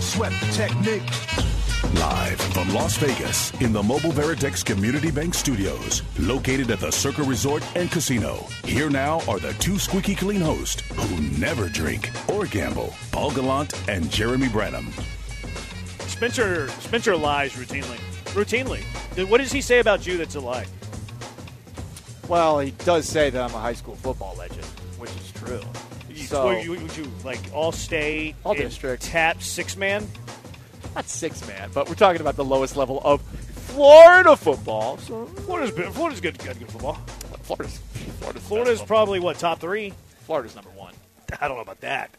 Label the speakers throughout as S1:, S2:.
S1: swept technique. Live from Las Vegas in the Mobile Veritex Community Bank Studios, located at the Circa Resort and Casino. Here now are the two squeaky clean hosts who never drink or gamble, Paul Gallant and Jeremy Branham.
S2: Spencer Spencer lies routinely. Routinely. What does he say about you that's a lie?
S3: Well, he does say that I'm a high school football legend, which is true.
S2: You-
S3: So-
S2: would, you, would you, like all state,
S3: All
S2: and
S3: district.
S2: tap six man?
S3: Not six man, but we're talking about the lowest level of Florida football. So
S2: Florida's been- Florida's good, good, good football.
S3: Florida's Florida's
S2: Florida's
S3: best
S2: probably what top three.
S3: football. Florida's number one.
S2: I don't know about that.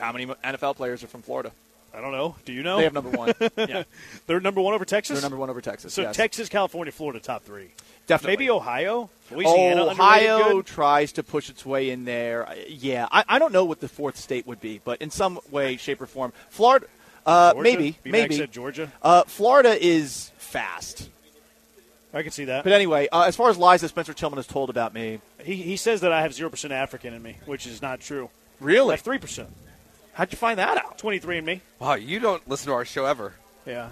S3: How many NFL players are from Florida?
S2: I don't know. Do you know?
S3: They have number one. yeah,
S2: They're number one over Texas.
S3: they're number one over Texas.
S2: so
S3: yes.
S2: Texas, California, Florida, top three.
S3: definitely.
S2: Maybe Ohio, Louisiana, underrated
S3: Ohio
S2: good.
S3: tries to push its way in there. I- Yeah, I, I don't know what the fourth state would be, but in some way, shape, or form, Florida. Uh,
S2: Georgia?
S3: maybe,
S2: B-Mac
S3: maybe.
S2: said Georgia.
S3: Uh, Florida is fast,
S2: I can see that.
S3: but anyway, uh, as far as lies that Spencer Tillman has told about me,
S2: he, he says that I have zero percent African in me, which is not true. I
S3: really,
S2: have three percent,
S3: how'd you find that out?
S2: twenty three in me.
S4: Wow, you don't listen to our show ever.
S2: Yeah.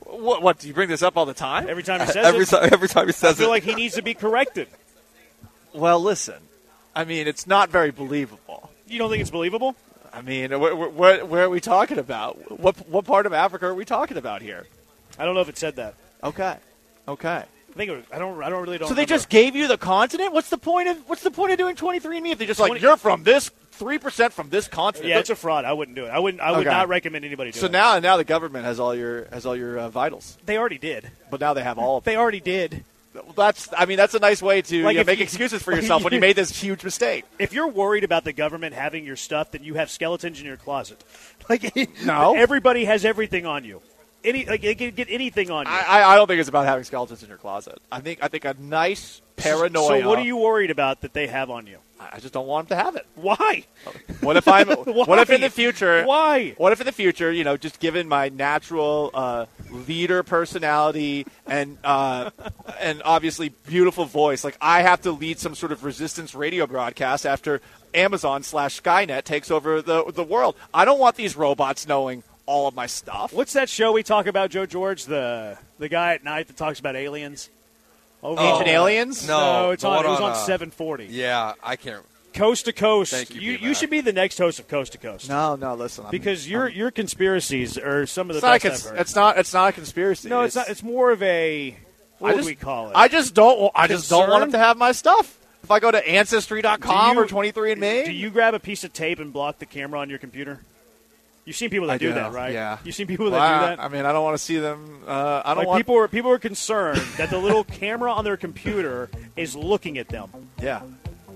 S3: What? What? Do you bring this up all the time?
S2: Every time he says
S4: Every
S2: it,
S4: time, every time
S2: I
S4: he says it,
S2: feel like he needs to be corrected.
S3: well, listen, I mean, it's not very believable.
S2: You don't think it's believable?
S3: I mean, where, where, where are we talking about? What what part of Africa are we talking about here?
S2: I don't know if it said that.
S3: Okay, okay.
S2: I think it was, I don't. I don't really don't.
S3: So they
S2: remember.
S3: just gave you the continent. What's the point of What's the point of doing twenty three andme if they just like
S2: 20
S3: you're from this three percent from this continent?
S2: Yeah, it's a fraud. I wouldn't do it. I wouldn't. I would
S3: Okay.
S2: not recommend anybody do
S3: so
S2: it.
S3: now now the government has all your has all your uh, vitals,
S2: they already did.
S3: but now they have all of them.
S2: They already did.
S3: That's I mean that's a nice way to
S2: Like
S3: you know,
S2: if
S3: make
S2: you-
S3: excuses for yourself when you made this huge mistake.
S2: If you're worried about the government having your stuff, then you have skeletons in your closet. Like
S3: No.
S2: everybody has everything on you. Any like they can get anything on you.
S3: I, I, I don't think it's about having skeletons in your closet. I think I think a nice paranoia.
S2: So what are you worried about that they have on you?
S3: I I just don't want them to have it.
S2: Why?
S3: What if I'm?
S2: Why?
S3: what if in the future?
S2: Why?
S3: What if in the future, you know, just given my natural uh, leader personality and uh, and obviously beautiful voice, like I have to lead some sort of resistance radio broadcast after Amazon slash Skynet takes over the the world? I don't want these robots knowing all of my stuff.
S2: What's that show we talk about, Joe George? The the guy at night that talks about aliens. Over
S3: Oh, Ancient Aliens?
S2: No,
S4: No,
S2: it's
S4: the
S2: on.
S4: one
S2: It was
S4: on,
S2: on
S4: uh,
S2: 740.
S4: yeah, I can't.
S2: Coast to coast.
S4: Thank you,
S2: you,
S4: B-Mac.
S2: should be the next host of Coast to Coast.
S3: No, no, listen, I'm,
S2: because your your conspiracies are some of the
S3: it's not, a
S2: best
S3: cons-
S2: I've heard.
S3: it's not it's not a conspiracy.
S2: no, it's, not. It's more of a what
S3: I
S2: would
S3: just-
S2: we call it?
S3: I just don't. wa- I just don't want them
S2: Concern?
S3: to have my stuff. If I go to
S2: Do
S3: ancestry.com
S2: you-
S3: or 23andMe,
S2: Do you grab a piece of tape and block the camera on your computer? You've seen people that
S3: I
S2: do,
S3: do,
S2: that, right?
S3: yeah.
S2: You've seen people that
S3: Well,
S2: do
S3: I-
S2: that.
S3: I mean, I don't want to see them. Uh, I don't
S2: like
S3: want
S2: people are people are concerned that the little camera on their computer is looking at them.
S3: Yeah,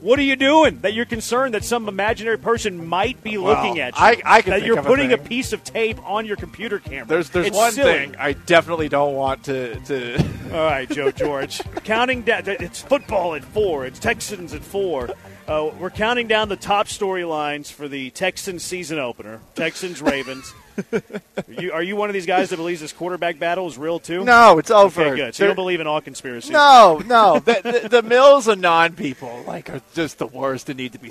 S2: What are you doing? That you're concerned that some imaginary person might be
S3: Well,
S2: looking at you.
S3: I- I can
S2: that
S3: think
S2: you're
S3: of a
S2: putting a,
S3: thing.
S2: piece of tape on your computer camera.
S3: there's there's
S2: It's
S3: one
S2: silly.
S3: thing I definitely don't want to to.
S2: All right, Joe George. counting down. It's football at four. It's Texans at four. Uh, we're counting down the top storylines for the Texans season opener. Texans Ravens. are, you, are you one of these guys that believes this quarterback battle is real too?
S3: no, it's over.
S2: Okay, good. So you
S3: They're-
S2: don't believe in all conspiracies.
S3: no, no. The, the, the Mills and non people like are just the worst and need to be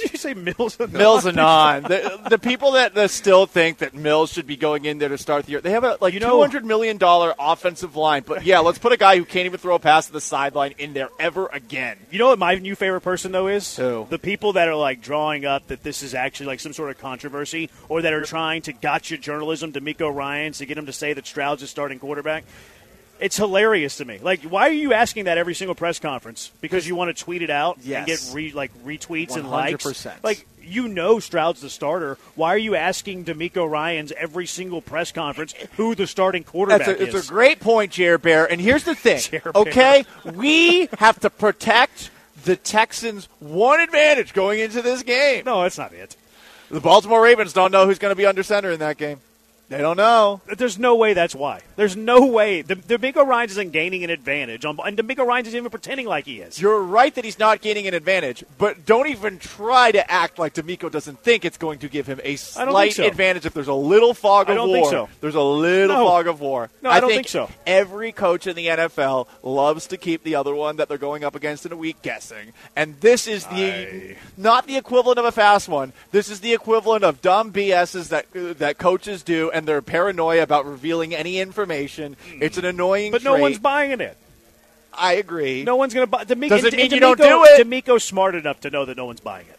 S2: Did you say Mills?
S3: Mills and non the, the people that, that still think that Mills should be going in there to start the year. They have a like
S2: You know-
S3: two hundred million dollar offensive line, but yeah, let's put a guy who can't even throw a pass to the sideline in there ever again.
S2: You know what my new favorite person though is?
S3: Who?
S2: The people that are like drawing up that this is actually like some sort of controversy, or that are trying to gotcha journalism to Miko Ryan's to get him to say that Stroud's a starting quarterback. It's hilarious to me. Like, why are you asking that every single press conference? Because you want to tweet it out and
S3: Yes.
S2: get re- like retweets and likes.
S3: 100%.
S2: Like, you know Stroud's the starter. Why are you asking D'Amico Ryan's every single press conference who the starting quarterback
S3: That's a,
S2: is?
S3: it's a great point, Jair Bear. And here's the thing,
S2: Jer Bear.
S3: okay? we have to protect the Texans' one advantage going into this game.
S2: no, that's not it.
S3: The Baltimore Ravens don't know who's going to be under center in that game. They don't know.
S2: There's no way that's why. There's no way. The D'Amico Ryan's isn't gaining an advantage, on, and D'Amico Ryan's isn't even pretending like he is.
S3: You're right that he's not gaining an advantage, but don't even try to act like D'Amico doesn't think it's going to give him a
S2: I don't think
S3: slight
S2: so.
S3: advantage if there's a little fog
S2: I
S3: of
S2: don't
S3: war.
S2: think so.
S3: There's a little
S2: No.
S3: fog of war.
S2: No, I don't think so.
S3: Every coach in the NFL loves to keep the other one that they're going up against in a week guessing. And this is the not the equivalent of a fast one. This is the equivalent of dumb BSs that that coaches do and their paranoia about revealing any information. It's an annoying.
S2: Hmm. But no
S3: trait.
S2: one's buying it.
S3: I agree.
S2: No one's going to buy. D'Amico,
S3: Does it
S2: and-
S3: mean
S2: and
S3: you don't
S2: D'Amico-
S3: do it?
S2: D'Amico's smart enough to know that no one's buying it.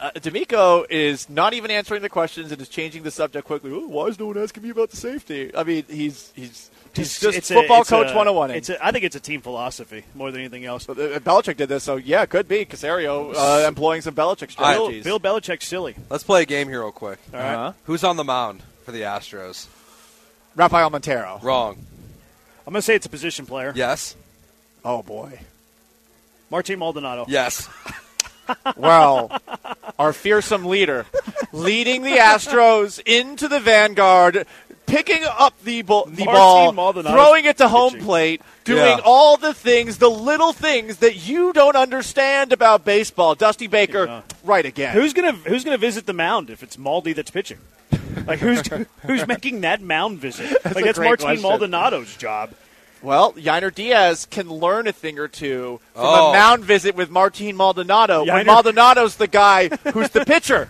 S3: uh, D'Amico is not even answering the questions and is changing the subject quickly. Oh, why is no one asking me about the safety? I mean, he's he's he's just
S2: it's a-
S3: football
S2: it's
S3: coach
S2: a-
S3: 101.
S2: It's a, I think it's a team philosophy more than anything else.
S3: But, uh, Belichick did this, so yeah, it could be Casario uh, employing some Belichick
S4: All right.
S2: Bill,
S3: strategies.
S2: Bill Belichick's silly.
S4: Let's play a game here real quick.
S2: All right.
S3: Uh-huh.
S4: Who's on the mound for the Astros?
S3: Rafael Montero.
S4: Wrong.
S2: I'm going to say it's a position player.
S4: Yes.
S3: Oh boy.
S2: Martin Maldonado.
S4: Yes.
S3: Well, our fearsome leader leading the Astros into the vanguard, picking up the, bo- the
S2: Martin
S3: ball,
S2: Maldonado's
S3: throwing it to home
S2: pitching.
S3: plate, doing
S4: Yeah.
S3: all the things, the little things that you don't understand about baseball. Dusty Baker,
S2: Yeah.
S3: right again.
S2: Who's gonna Who's gonna visit the mound if it's Maldi that's pitching? Like who's who's making that mound visit? like
S3: a
S2: that's
S3: great
S2: Martin
S3: question.
S2: Maldonado's job.
S3: well, Yiner Diaz can learn a thing or two from
S4: Oh.
S3: a mound visit with Martin Maldonado.
S2: Yiner-
S3: When Maldonado's the guy who's the pitcher.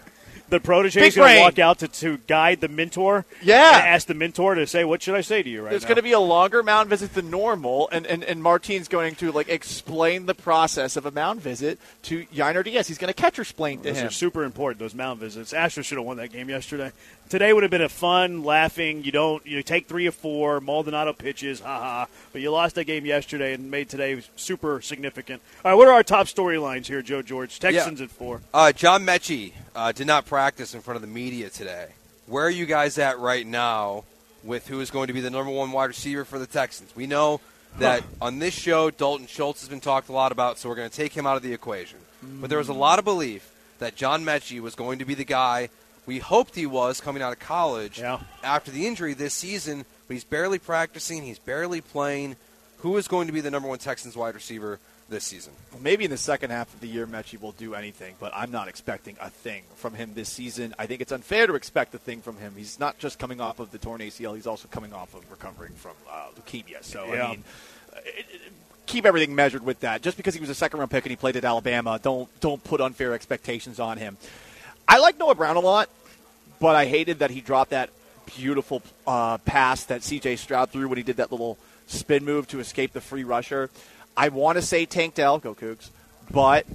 S2: The protege
S3: Big
S2: is going to
S3: brain.
S2: walk out to, to guide the mentor.
S3: Yeah.
S2: and ask the mentor to say, "What should I say to you right
S3: It's
S2: now?"
S3: going to be a longer mound visit than normal, and, and, and Martin's going to like explain the process of a mound visit to Yiner Diaz. He's going to catch her explain to
S2: Those
S3: him.
S2: are super important. Those mound visits. Astros should have won that game yesterday. Today would have been a fun, laughing. You don't. You take three or four Maldonado pitches. Ha ha. But you lost that game yesterday and made today super significant. All right. What are our top storylines here, Joe George? Texans at four.
S4: Uh, John Mechie uh, did not practice in front of the media today. Where are you guys at right now with who is going to be the number one wide receiver for the Texans? We know that on this show, Dalton Schultz has been talked a lot about, so we're going to take him out of the equation. But there was a lot of belief that John Mechie was going to be the guy we hoped he was coming out of college
S2: Yeah.
S4: after the injury this season, but he's barely practicing, he's barely playing. Who is going to be the number one Texans wide receiver this season?
S3: Maybe in the second half of the year, Mechie will do anything, but I'm not expecting a thing from him this season. I think it's unfair to expect a thing from him. He's not just coming off of the torn ACL; he's also coming off of recovering from uh, leukemia. So
S2: Yeah.
S3: I mean, it- it- keep everything measured with that. Just because he was a second round pick and he played at Alabama, don't don't put unfair expectations on him. I like Noah Brown a lot, but I hated that he dropped that beautiful uh, pass that C.J. Stroud threw when he did that little spin move to escape the free rusher. I want to say Tank Dell, go Cougs, but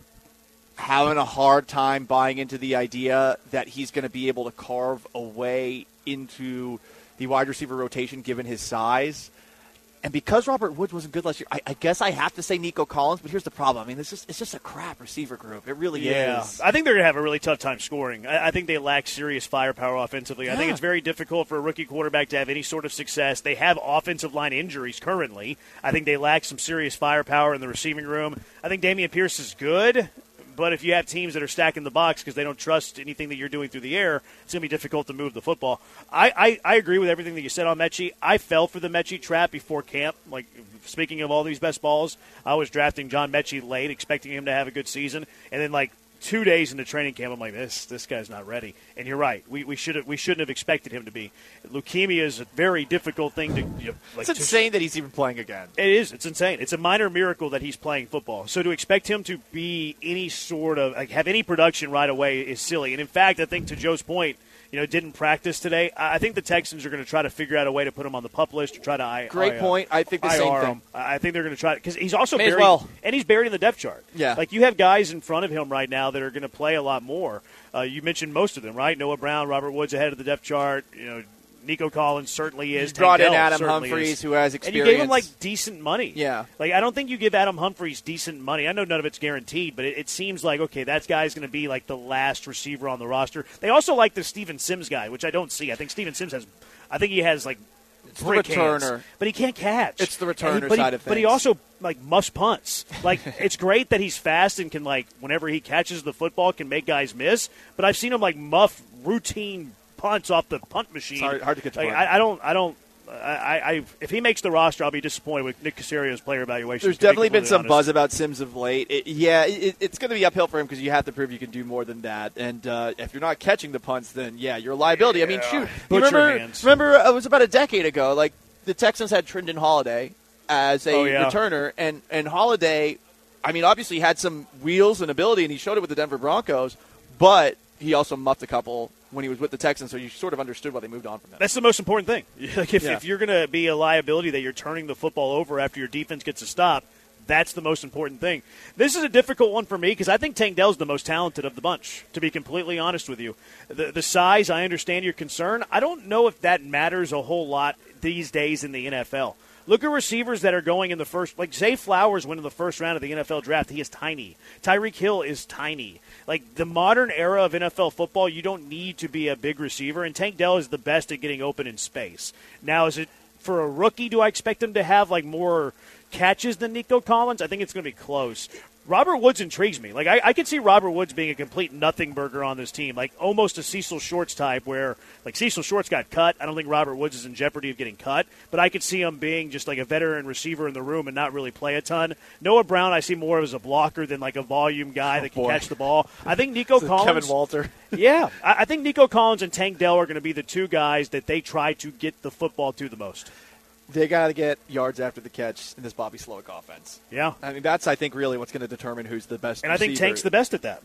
S3: having a hard time buying into the idea that he's going to be able to carve a way into the wide receiver rotation given his size. And because Robert Woods wasn't good last year, I, I guess I have to say Nico Collins. But here's the problem: I mean, it's just it's just a crap receiver group. It really is.
S2: I think they're going to have a really tough time scoring. I, I think they lack serious firepower offensively. I think
S3: Yeah.
S2: it's very difficult for a rookie quarterback to have any sort of success. They have offensive line injuries currently. I think they lack some serious firepower in the receiving room. I think Damian Pierce is good. But if you have teams that are stacking the box because they don't trust anything that you're doing through the air, it's going to be difficult to move the football. I, I, I agree with everything that you said on Mechie. I fell for the Mechie trap before camp. Like, speaking of all these best balls, I was drafting John Mechie late, expecting him to have a good season. And then, like, two days into training camp, I'm like, this this guy's not ready. And you're right. We we should we shouldn't have expected him to be. Leukemia is a very difficult thing to. You know, like
S3: It's
S2: to-
S3: insane that he's even playing again.
S2: it is. It's insane. It's a minor miracle that he's playing football. So to expect him to be any sort of like have any production right away is silly. And in fact, I think to Joe's point, you know, didn't practice today. I I think the Texans are going to try to figure out a way to put him on the pup list or try to. I,
S3: Great
S2: I, uh,
S3: point. I think the
S2: IR
S3: same
S2: him.
S3: thing.
S2: I I think they're going to try because he's also
S3: May as
S2: buried,
S3: well.
S2: and he's buried in the depth chart.
S3: Yeah.
S2: like you have guys in front of him right now that are going to play a lot more. Uh, you mentioned most of them, right? Noah Brown, Robert Woods ahead of the depth chart. You know, Nico Collins certainly is.
S3: You brought
S2: Tank
S3: in
S2: Dell
S3: Adam
S2: certainly
S3: Humphries,
S2: is.
S3: who has
S2: and you gave him
S3: experience.
S2: like decent money.
S3: Yeah.
S2: like I don't think you give Adam Humphries decent money. I know none of it's guaranteed, but it, it seems like okay, that guy's going to be like the last receiver on the roster. They also like the Steven Sims guy, which I don't see. I think Steven Sims has, I think he has like.
S3: the
S2: brick hands,
S3: returner.
S2: but he can't catch.
S3: It's the
S2: And he-
S3: returner
S2: but he-
S3: side of
S2: But he
S3: things.
S2: also also like must punts. Like it's great that he's fast and can like whenever he catches the football can make guys miss. But I've seen him like muff routine punts off the punt machine.
S3: hard- hard to catch a
S2: Like,
S3: punt.
S2: I, I don't. I don't. I, I, I if he makes the roster, I'll be disappointed with Nick Casario's player evaluation.
S3: There's
S2: to be
S3: definitely been
S2: completely
S3: some
S2: honest.
S3: buzz about Sims of late. It, yeah, it, it's going to be uphill for him because you have to prove you can do more than that. And uh, if you're not catching the punts, then yeah, you're a liability. I mean,
S2: Yeah.
S3: shoot, you
S2: Butcher
S3: remember?
S2: hands.
S3: Remember, uh, it was about a decade ago. Like the Texans had Trendon Holiday as a
S2: Oh, yeah.
S3: returner, and and Holiday, I mean, obviously had some wheels and ability, and he showed it with the Denver Broncos, but. he also muffed a couple when he was with the Texans, so you sort of understood why they moved on from him.
S2: That's the most important thing. like if,
S3: Yeah.
S2: if you're going to be a liability that you're turning the football over after your defense gets a stop, that's the most important thing. This is a difficult one for me because I think Tank Dell's the most talented of the bunch, to be completely honest with you. The, the size, I understand your concern. I don't know if that matters a whole lot these days in the NFL. Look at receivers that are going in the first. Like Zay Flowers went in the first round of the NFL draft. He is tiny. Tyreek Hill is tiny. Like the modern era of NFL football, you don't need to be a big receiver. And Tank Dell is the best at getting open in space. Now, is it for a rookie? Do I expect him to have like more catches than Nico Collins? I think it's going to be close. Robert Woods intrigues me. Like I, I could see Robert Woods being a complete nothing burger on this team, like almost a Cecil Shorts type, where like Cecil Shorts got cut. I don't think Robert Woods is in jeopardy of getting cut, but I could see him being just like a veteran receiver in the room and not really play a ton. Noah Brown, I see more of as a blocker than like a volume guy that can
S3: Oh, boy.
S2: catch the ball. I think Nico Collins,
S3: Kevin Walter.
S2: yeah, I, I think Nico Collins and Tank Dell are going to be the two guys that they try to get the football to the most.
S3: They got to get yards after the catch in this Bobby Slowick offense.
S2: Yeah,
S3: I mean, that's I think really what's going to determine who's the best.
S2: and I think
S3: receiver.
S2: Tank's the best at that.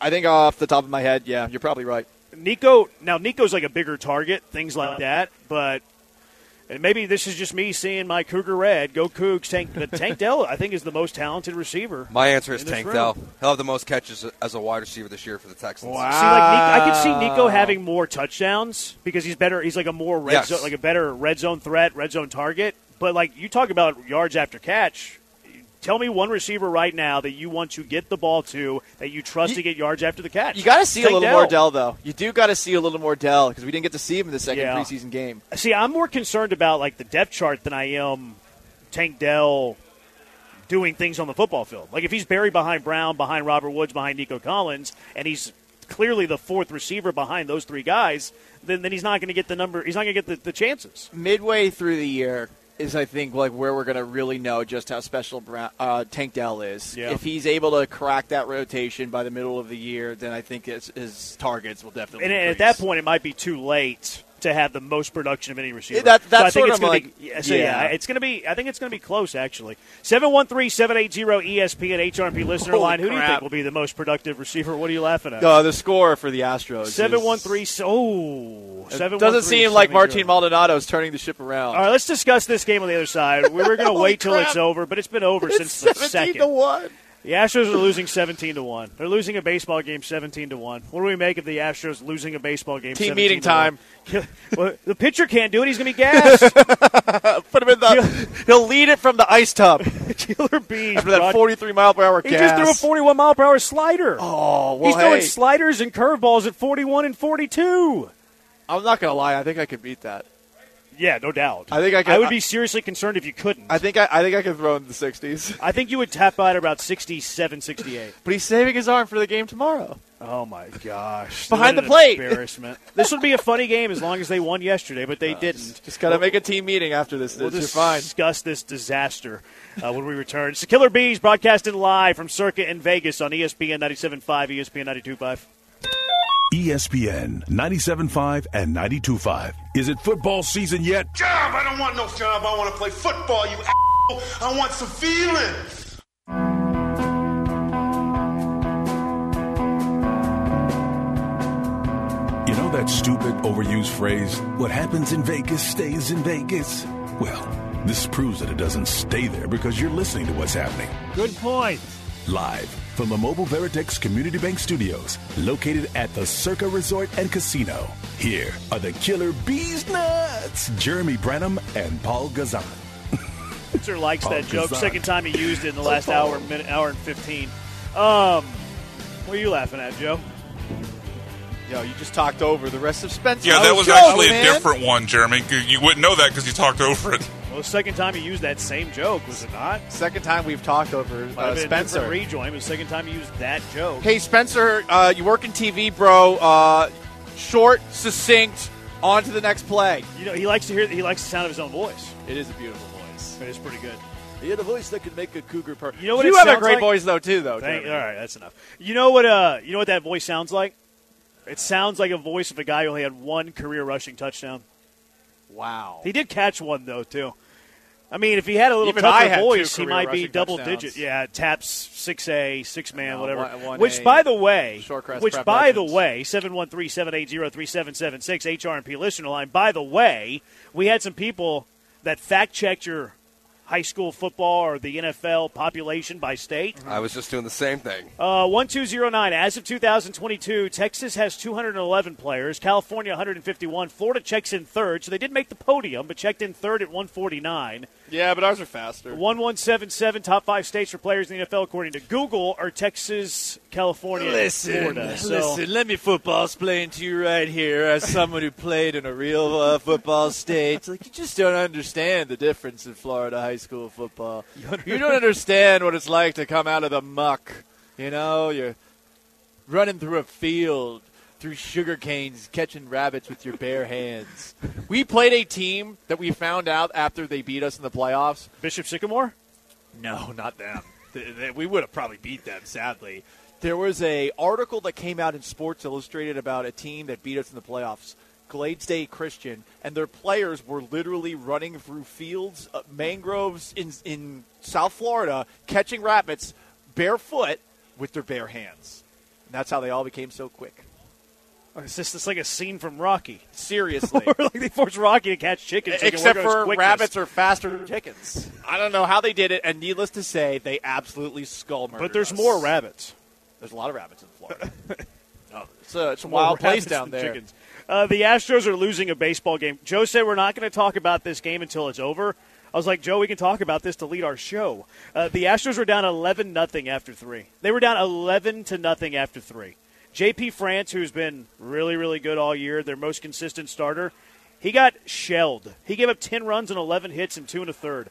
S3: I think off the top of my head, yeah, you're probably right.
S2: Nico now Nico's like a bigger target, things
S3: Uh-huh.
S2: like that. But and maybe this is just me seeing my Cougar red go Cougs. Tank, but Tank Dell I think is the most talented receiver.
S4: My answer is
S2: in this
S4: Tank
S2: room.
S4: Dell. He'll have the most catches as a wide receiver this year for the Texans.
S2: See, like Nico, I could see Nico having more touchdowns because he's better. He's like a more red
S4: Yes.
S2: zone, like a better red zone threat, red zone target. But like you talk about yards after catch. Tell me one receiver right now that you want to get the ball to that you trust
S3: You-
S2: to get yards after the catch.
S3: You got to see a
S2: Tank
S3: little more Dell, though. You do got to see a little more Dell because we didn't get to see him in the second
S2: Yeah.
S3: preseason game.
S2: See, I'm more concerned about like the depth chart than I am Tank Dell doing things on the football field. Like if he's buried behind Brown, behind Robert Woods, behind Nico Collins, and he's clearly the fourth receiver behind those three guys, then, then he's not going to get the number. He's not going to get the, the chances.
S3: Midway through the year is, I think, like where we're going to really know just how special Brown, uh, Tank Dell is.
S2: Yeah.
S3: If he's able to crack that rotation by the middle of the year, then I think his, his targets will definitely.
S2: And, at
S3: increase.
S2: that point, it might be too late to have the most production of any receiver.
S3: Yeah, that-
S2: So I
S3: that's
S2: think
S3: sort
S2: it's
S3: of
S2: gonna
S3: like-
S2: be, yeah, so yeah.
S3: yeah.
S2: it's going to be. I think it's going to be close actually. 713-780-ESP at HRP listener
S3: Holy
S2: line. Who do you
S3: crap.
S2: think will be the most productive receiver? What are you laughing at?
S3: Uh, the score for the Astros. is-
S2: Seven one three. Oh,
S3: It
S2: seven.
S3: Uh,
S2: Uh,
S3: doesn't seem like Martin Maldonado's turning the ship around.
S2: All right, let's discuss this game on the other side. We were going to
S3: Holy
S2: wait till
S3: crap.
S2: it's over, but it's been over
S3: It's
S2: since the
S3: 17
S2: second.
S3: to one.
S2: The Astros are losing seventeen to one. They're losing a baseball game seventeen to one. What do we make of the Astros losing a baseball game? 17
S3: Team meeting
S2: to one?
S3: time.
S2: well, the pitcher can't do it. He's going to be gassed.
S3: Put him in the. He'll lead it from the ice tub after
S2: Killer bees.
S3: that
S2: brought-
S3: 43 mile per hour.
S2: he just threw a forty-one mile per hour slider.
S3: Oh well,
S2: He's throwing
S3: hey,
S2: sliders and curveballs at forty-one and forty-two.
S3: I'm not gonna lie. I think I could beat that.
S2: Yeah, no doubt.
S3: I think I could-
S2: would
S3: I-
S2: be seriously concerned if you couldn't.
S3: I think I, I think I could throw in the 60s.
S2: I think you would tap out about 67, 68.
S3: But he's saving his arm for the game tomorrow.
S2: Oh, my gosh.
S3: Behind
S2: What
S3: the
S2: an
S3: plate.
S2: Embarrassment. this would be a funny game as long as they won yesterday, but they didn't.
S3: Just gotta make a team meeting after this.
S2: We'll
S3: Niz. You're
S2: dis-
S3: fine.
S2: discuss this disaster uh, when we return. It's the Killer Bees broadcasting live from Circa in Vegas on E ESPN 97.5, ESPN 92.5.
S1: E ESPN 97.5 and 92.5. Is it football season yet?
S5: job. I don't want no job. I want to play football, you asshole. I want some feelings.
S1: You know that stupid, overused phrase, what happens in Vegas stays in Vegas? Well, this proves that it doesn't stay there because you're listening to what's happening.
S2: Good point.
S1: Live from the Mobile Veritex Community Bank Studios, located at the Circa Resort and Casino. Here are the Killer Bees Nuts, Jeremy Branham and Paul Gazan.
S2: Spencer likes that
S1: Oh,
S2: joke.
S1: bizarre.
S2: Second time he used it in the last hour, minute, hour and 15. Um, what are you laughing at, Joe?
S3: Yo, you just talked over the rest of Spencer.
S6: Yeah, that was
S3: Joe,
S6: actually
S3: Oh, man.
S6: a different one, Jeremy. 'cause You wouldn't know that because you talked over it.
S2: Well, the second time he used that same joke, was it not?
S3: Second time we've talked over
S2: Might have
S3: uh,
S2: been a different
S3: Spencer.
S2: rejoin. It was the second time you used that joke.
S3: Hey, Spencer, uh, you work in TV, bro. Uh, short, succinct, on to the next play.
S2: You know, he likes to hear. He likes the sound of his own voice.
S3: It is a beautiful voice.
S2: It is pretty good.
S3: He had a voice that could make a cougar purr.
S2: You know what
S3: You
S2: it
S3: have a
S2: sounds
S3: great
S2: like?
S3: voice, though, too, though.
S2: Thank, all
S3: Jeremy.
S2: right, that's enough. You know what? Uh, you know what that voice sounds like? It sounds like a voice of a guy who only had one career rushing touchdown.
S3: Wow.
S2: He did catch one though too. I mean, if he had a little
S3: Even I
S2: tougher
S3: had two
S2: voice, he
S3: career
S2: might be
S3: rushing
S2: double
S3: touchdowns.
S2: digit. Yeah, taps six A, six man,
S3: No,
S2: whatever.
S3: one- one
S2: which,
S3: A,
S2: by the way,
S3: Shorecrest
S2: which
S3: Prep
S2: by the
S3: Legends.
S2: way, seven one three seven eight zero three seven seven six HRMP listener line. By the way, we had some people that fact checked your high school football or the NFL population by state.
S4: I was just doing the same thing.
S2: Uh, 1209, as of 2022, Texas has 211 players, California 151, Florida checks in third, so they did make the podium, but checked in third at 149.
S3: Yeah, but ours are faster.
S2: 1177, top five states for players in the NFL, according to Google, are Texas, California, and Florida. So,
S7: listen. Let me football explain to you right here, as someone who played in a real uh, football state. Like you just don't understand the difference in Florida high school football. You don't understand what it's like to come out of the muck. You know, you're running through a field, through sugar canes, catching rabbits with your bare hands.
S3: We played a team that we found out after they beat us in the playoffs.
S2: Bishop Sycamore?
S7: No, not them. Th- th- we would have probably beat them, sadly.
S3: There was a article that came out in Sports Illustrated about a team that beat us in the playoffs, Gladesday Christian, and their players were literally running through fields, uh, mangroves in in South Florida, catching rabbits barefoot with their bare hands. And that's how they all became so quick.
S2: Or Is this, this like a scene from Rocky?
S3: Seriously.
S2: Or like they forced Rocky to catch chickens. so he can
S3: Except
S2: work on his
S3: for
S2: quickness.
S3: rabbits are faster than chickens. I don't know how they did it, and needless to say, they absolutely skull murdered
S2: But there's
S3: us.
S2: more rabbits.
S3: There's a lot of rabbits in Florida. Oh, it's a, it's a
S2: More
S3: wild place
S2: rabbits
S3: down
S2: than
S3: there.
S2: chickens. Uh, the Astros are losing a baseball game. Joe said we're not going to talk about this game until it's over. I was like, Joe, we can talk about this to lead our show. Uh, the Astros were down eleven nothing after three. They were down eleven to nothing after three. JP France, who's been really, really good all year, their most consistent starter, he got shelled. He gave up ten runs and eleven hits and two and a third.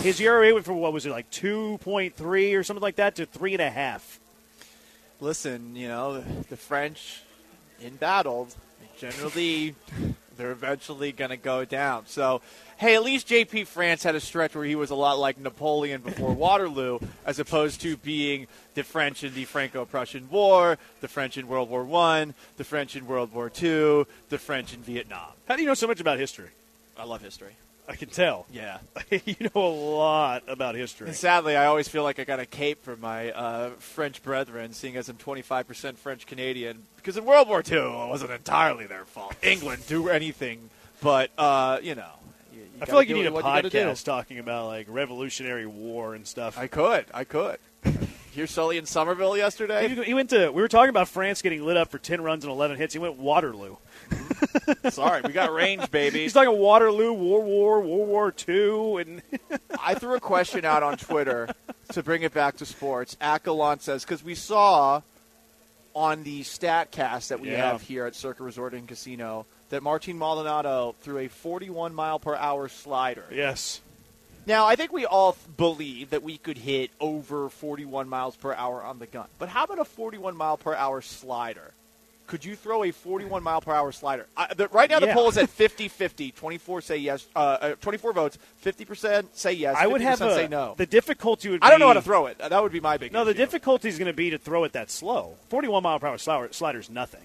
S2: His ERA went from what was it like two point three or something like that to three and a half.
S3: Listen, you know, the French in battle, generally, they're eventually going to go down. So, hey, at least JP France had a stretch where he was a lot like Napoleon before Waterloo, as opposed to being the French in the Franco-Prussian War, the French in World War One, the French in World War Two, the French in Vietnam.
S2: How do you know so much about history?
S3: I love history.
S2: I can tell.
S3: Yeah.
S2: you know a lot about history.
S3: And sadly, I always feel like I got a cape from my uh, French brethren, seeing as I'm 25% French Canadian. Because in World War II, it wasn't entirely their fault. England do anything, but uh, you know, you, you
S2: I
S3: gotta
S2: feel like you
S3: do
S2: need a
S3: what gotta do.
S2: podcast talking about like Revolutionary War and stuff.
S3: I could, I could. Hear Sully in Somerville yesterday.
S2: he, he went to. We were talking about France getting lit up for ten runs and eleven hits. He went Waterloo.
S3: Sorry, we got range, baby.
S2: He's talking Waterloo, War War, World War Two, and
S3: I threw a question out on Twitter to bring it back to sports. Akalon says because we saw on the Statcast that we
S2: Yeah.
S3: have here at Circa Resort and Casino that Martin Maldonado threw a 41 mile per hour slider.
S2: yes,
S3: Now I think we all th- believe that we could hit over 41 miles per hour on the gun, but how about a 41 mile per hour slider? Could you throw a 41 mile per hour slider? I, the, right now, the
S2: Yeah.
S3: poll is at 50-50. 24 say yes. Uh, uh, 24 votes. 50 percent say yes.
S2: I would have
S3: 50%
S2: a,
S3: say no.
S2: The difficulty would.
S3: I don't know how
S2: be-
S3: to throw it. That would be my big.
S2: No, the
S3: issue.
S2: difficulty is going to be to throw it that slow. Forty-one mile per hour slider, slider's nothing.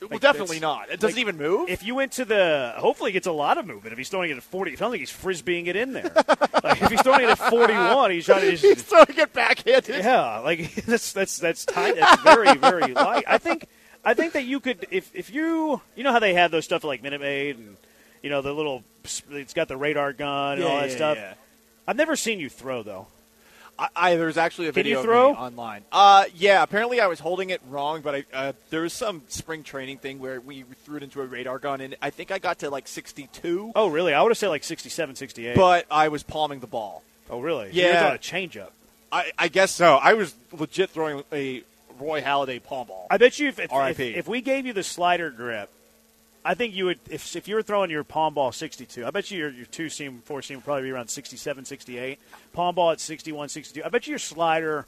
S3: Well,
S2: like,
S3: definitely
S2: that's-
S3: not. It doesn't
S2: like,
S3: even move.
S2: If you went to the, hopefully he gets a lot of movement. If he's throwing it at forty, I don't think he's frisbeeing it in there. like if he's throwing it at forty-one, he's trying to just
S3: He's throwing it backhanded.
S2: Yeah, like that's that's that's tight. That's very very light. I think I think that you could if if you you know how they have those stuff like Minute Maid and you know the little it's got the radar gun and all that stuff. I've never seen you throw though.
S3: I, I there's actually a
S2: Can you
S3: video of
S2: throw?
S3: me online. Uh, yeah. Apparently, I was holding it wrong, but I uh, there was some spring training thing where we threw it into a radar gun, and I think I got to like 62,
S2: Oh really? I would have said like 67, 68.
S3: but I was palming the ball.
S2: oh really?
S3: Yeah.
S2: you on a changeup.
S3: I, I guess so. I was legit throwing a Roy Halladay palm ball.
S2: I bet you if if, if
S3: R.I.P..
S2: if we gave you the slider grip. I think you would if if you were throwing your palm ball 62. I bet you your, your two seam four seam would probably be around 67, 68. Palm ball at 61, 62. I bet you your slider.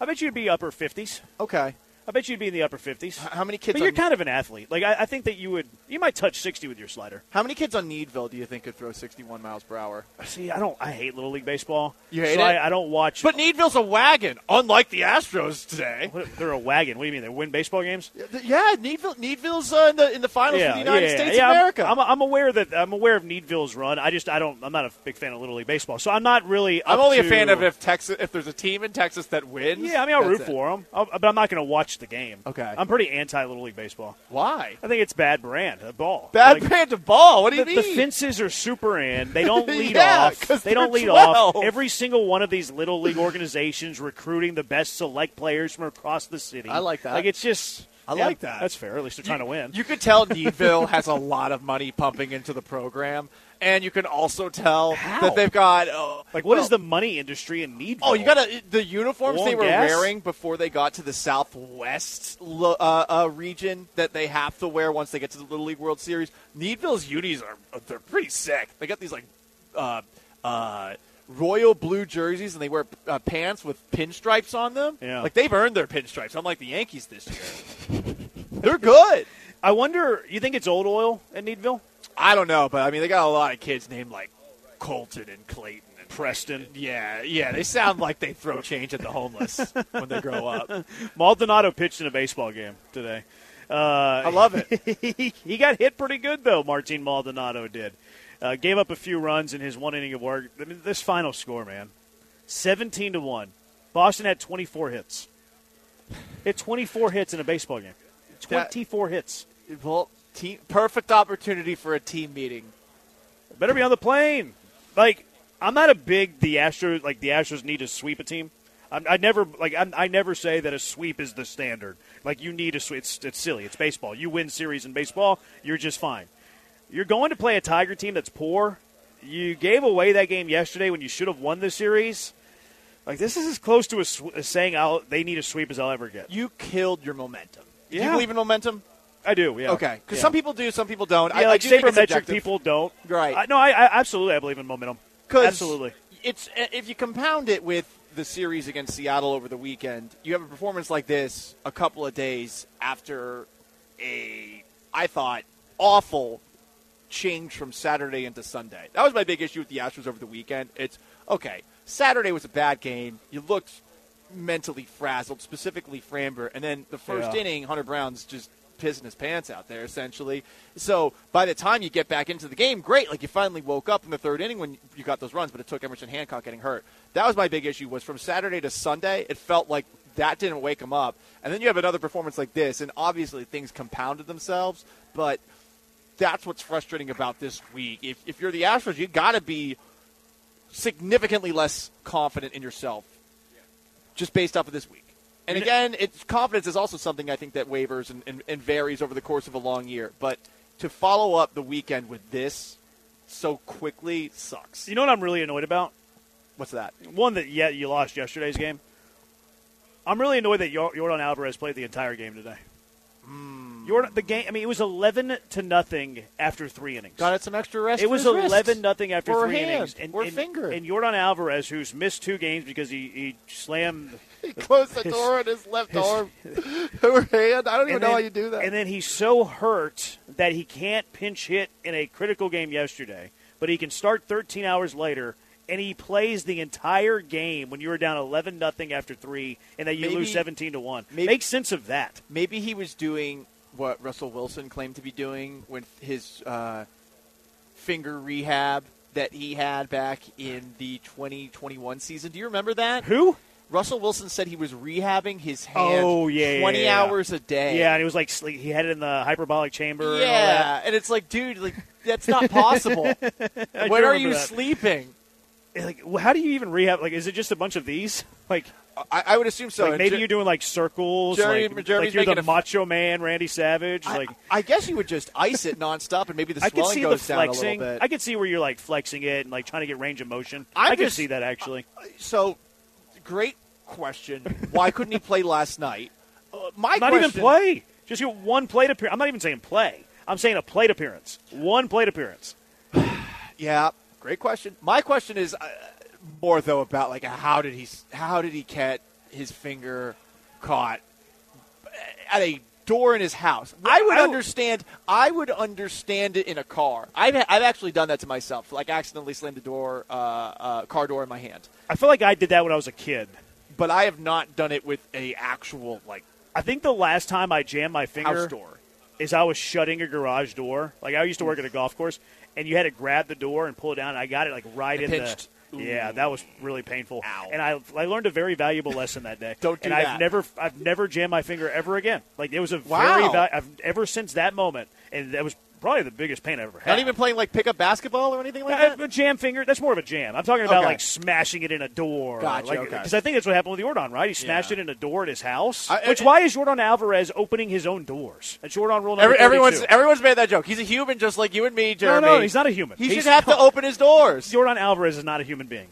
S2: I bet you'd be upper 50s.
S3: okay.
S2: I bet you'd be in the upper 50s.
S3: How many kids?
S2: But you're
S3: on,
S2: kind of an athlete. Like I, I think that you would, you might touch 60 with your slider.
S3: how many kids on Needville do you think could throw 61 miles per hour?
S2: See, I don't. I hate little league baseball.
S3: You hate
S2: so
S3: it?
S2: I, I don't watch.
S3: But Needville's a wagon, unlike the Astros today.
S2: What- they're a wagon. What do you mean? They win baseball games?
S3: Yeah, Needville, Needville's uh, in the in the finals for the United States
S2: yeah,
S3: of
S2: I'm-
S3: America.
S2: I'm, I'm, aware that I'm aware of Needville's run. I just I don't. I'm not a big fan of little league baseball, so I'm not really.
S3: I'm
S2: up
S3: only a
S2: to-
S3: fan of if Texas if there's a team in Texas that wins.
S2: Yeah, I mean, I'll
S3: that's
S2: root
S3: it.
S2: for them, I'll, but I'm not going to watch the game.
S3: Okay.
S2: I'm pretty anti little league baseball.
S3: Why?
S2: I think it's bad brand. A ball.
S3: Bad
S2: Like,
S3: brand of ball. What do you
S2: the, the
S3: mean?
S2: fences are super in. They don't lead
S3: Yeah,
S2: off.
S3: 'cause
S2: They don't
S3: they're
S2: lead
S3: 12.
S2: off. Every single one of these little league organizations recruiting the best select players from across the city.
S3: I like that.
S2: Like it's just.
S3: I
S2: yeah,
S3: like that.
S2: That's fair. At least they're trying to win.
S3: You could tell Needville has a lot of money pumping into the program, and you can also tell
S2: How?
S3: that they've got oh,
S2: like what is
S3: oh,
S2: the money industry in need?
S3: Oh,
S2: for?
S3: you got to the uniforms
S2: Oil
S3: they
S2: and
S3: were
S2: gas?
S3: wearing before they got to the Southwest lo- uh, uh, region that they have to wear once they get to the Little League World Series. Needville's unis are they're pretty sick. They got these like uh, uh, royal blue jerseys, and they wear uh, pants with pinstripes on them.
S2: Yeah.
S3: like they've earned their pinstripes, unlike the Yankees this year. they're good.
S2: I wonder. You think it's old oil at Needville?
S3: I don't know, but I mean, they got a lot of kids named like Colton and Clayton and
S2: Preston.
S3: Yeah, yeah, they sound like they throw change at the homeless when they grow up.
S2: Maldonado pitched in a baseball game today.
S3: I
S2: Uh,
S3: love it.
S2: he, he got hit pretty good though. Martin Maldonado did. Uh, gave up a few runs in his one inning of work. I mean, this final score, man, seventeen to one. Boston had twenty four hits. Hit twenty four hits in a baseball game.
S3: That-
S2: Twenty four hits.
S3: Well, team, perfect opportunity for a team meeting.
S2: Better be on the plane. Like I'm not a big the Astros like the Astros need to sweep a team. I'm, I never like I'm, I never say that a sweep is the standard. Like you need a sweep. It's, it's silly. It's baseball. You win series in baseball, you're just fine. You're going to play a Tiger team that's poor. You gave away that game yesterday when you should have won the series. Like this is as close to a, sw- a saying I'll, they need a sweep as I'll ever get.
S3: You killed your momentum. Do you
S2: Yeah.
S3: believe in momentum?
S2: I do. Yeah.
S3: Okay, because
S2: Yeah.
S3: some people do, some people don't.
S2: yeah,
S3: I,
S2: like
S3: I do think it's
S2: sabermetric
S3: subjective.
S2: people don't.
S3: Right.
S2: I, no, I, I absolutely I believe in momentum.
S3: 'Cause
S2: Absolutely.
S3: It's eh, if you compound it with the series against Seattle over the weekend, you have a performance like this a couple of days after a I thought awful change from Saturday into Sunday. That was my big issue with the Astros over the weekend. It's okay. Saturday was a bad game. You looked mentally frazzled, specifically Framber, and then the first
S2: Yeah.
S3: inning, Hunter Brown's just pissing his pants out there essentially. So by the time you get back into the game, great, like you finally woke up in the third inning when you got those runs, but it took Emerson Hancock getting hurt. That was my big issue was from Saturday to Sunday, it felt like that didn't wake him up. And then you have another performance like this and obviously things compounded themselves, but that's what's frustrating about this week. If, if you're the Astros, you got to be significantly less confident in yourself just based off of this week. And again, it's confidence is also something I think that wavers and, and, and varies over the course of a long year. But to follow up the weekend with this so quickly sucks.
S2: You know what I'm really annoyed about?
S3: What's that?
S2: one that yet you lost yesterday's game. I'm really annoyed that Yor- Jordan Alvarez played the entire game today.
S3: Hmm.
S2: Jordan, the game. I mean, it was 11 to nothing after three innings.
S3: Got it some extra rest.
S2: It
S3: for
S2: was
S3: his wrist.
S2: eleven nothing after
S3: Or a
S2: three
S3: hand,
S2: innings, and,
S3: or a
S2: and,
S3: finger.
S2: and Jordan Alvarez, who's missed two games because he, he slammed
S3: He closed the
S2: his-
S3: door on his left
S2: his-
S3: arm or hand. I don't even
S2: and
S3: know how
S2: then-
S3: you do that.
S2: And then he's so hurt that he can't pinch hit in a critical game yesterday, but he can start 13 hours later. And he plays the entire game when you were down eleven nothing after three, and that you
S3: Maybe-
S2: lose seventeen to one.
S3: maybe-
S2: Make sense of that.
S3: Maybe he was doing what Russell Wilson claimed to be doing with his uh, finger rehab that he had back in the 2021 season. Do you remember that?
S2: Who?
S3: Russell Wilson said he was rehabbing his hand
S2: Oh, yeah,
S3: 20
S2: yeah, yeah.
S3: hours a day.
S2: Yeah, and he was like sleep- he had it in the hyperbolic chamber. and all that.
S3: Yeah, and it's like, dude, like that's not possible.
S2: I do
S3: when are
S2: remember
S3: you
S2: that.
S3: sleeping?
S2: Like, wh- how do you even rehab? Like, is it just a bunch of these? Like,
S3: I, I would assume so.
S2: like
S3: And
S2: maybe
S3: Jer-
S2: you're doing like circles,
S3: Jeremy-
S2: like,
S3: Jeremy's
S2: like you're
S3: making
S2: the
S3: a-
S2: Macho Man, Randy Savage.
S3: I,
S2: like,
S3: I guess you would just ice it nonstop, and maybe the
S2: I could
S3: swelling
S2: see the
S3: goes down a little
S2: flexing.
S3: bit.
S2: I could see where you're like flexing it and like trying to get range of motion.
S3: I'm
S2: could
S3: just-
S2: see that actually.
S3: So, great question. Why couldn't he play last night? Uh, my
S2: not
S3: question,
S2: even play. Just get one plate appearance. I'm not even saying play. I'm saying a plate appearance. One plate appearance.
S3: Yeah, great question. My question is uh, more though about like how did he how did he get his finger caught
S8: at a door in his house. I would
S2: I w-
S8: understand. I would understand it in a car. I've I've actually done that to myself. Like accidentally slammed a door, uh, uh, car door in my hand.
S2: I feel like I did that when I was a kid.
S8: But I have not done it with a actual like
S2: I think the last time I jammed my finger
S8: house door.
S2: is I was shutting a garage door. Like I used to work at a golf course, and you had to grab the door and pull it down. And I got it like right in
S8: pinched.
S2: the. Yeah, that was really painful.
S8: Ow.
S2: And I, I learned a very valuable lesson that day.
S8: Don't do
S2: and
S8: that.
S2: I've never I've never jammed my finger ever again. Like it was a
S8: Wow.
S2: very val- I've, ever since that moment, and that was probably the biggest pain I ever had.
S8: Not even playing like pickup basketball or anything like
S2: Uh,
S8: that.
S2: A jam finger. That's more of a jam. I'm talking about
S8: Okay.
S2: like smashing it in a door.
S8: Gotcha,
S2: Like,
S8: okay.
S2: I think that's what happened with Jordan, right? He smashed
S8: Yeah.
S2: it in a door at his house.
S8: I-
S2: which
S8: I-
S2: why is Jordan Alvarez opening his own doors? That's Jordan rule number
S3: Every, everyone's
S2: 32.
S3: everyone's made that joke. He's a human just like you and me,
S2: no,
S3: Jeremy.
S2: no, he's not a human.
S3: He
S2: He's-
S3: should have to open his doors.
S2: Jordan Alvarez is not a human being.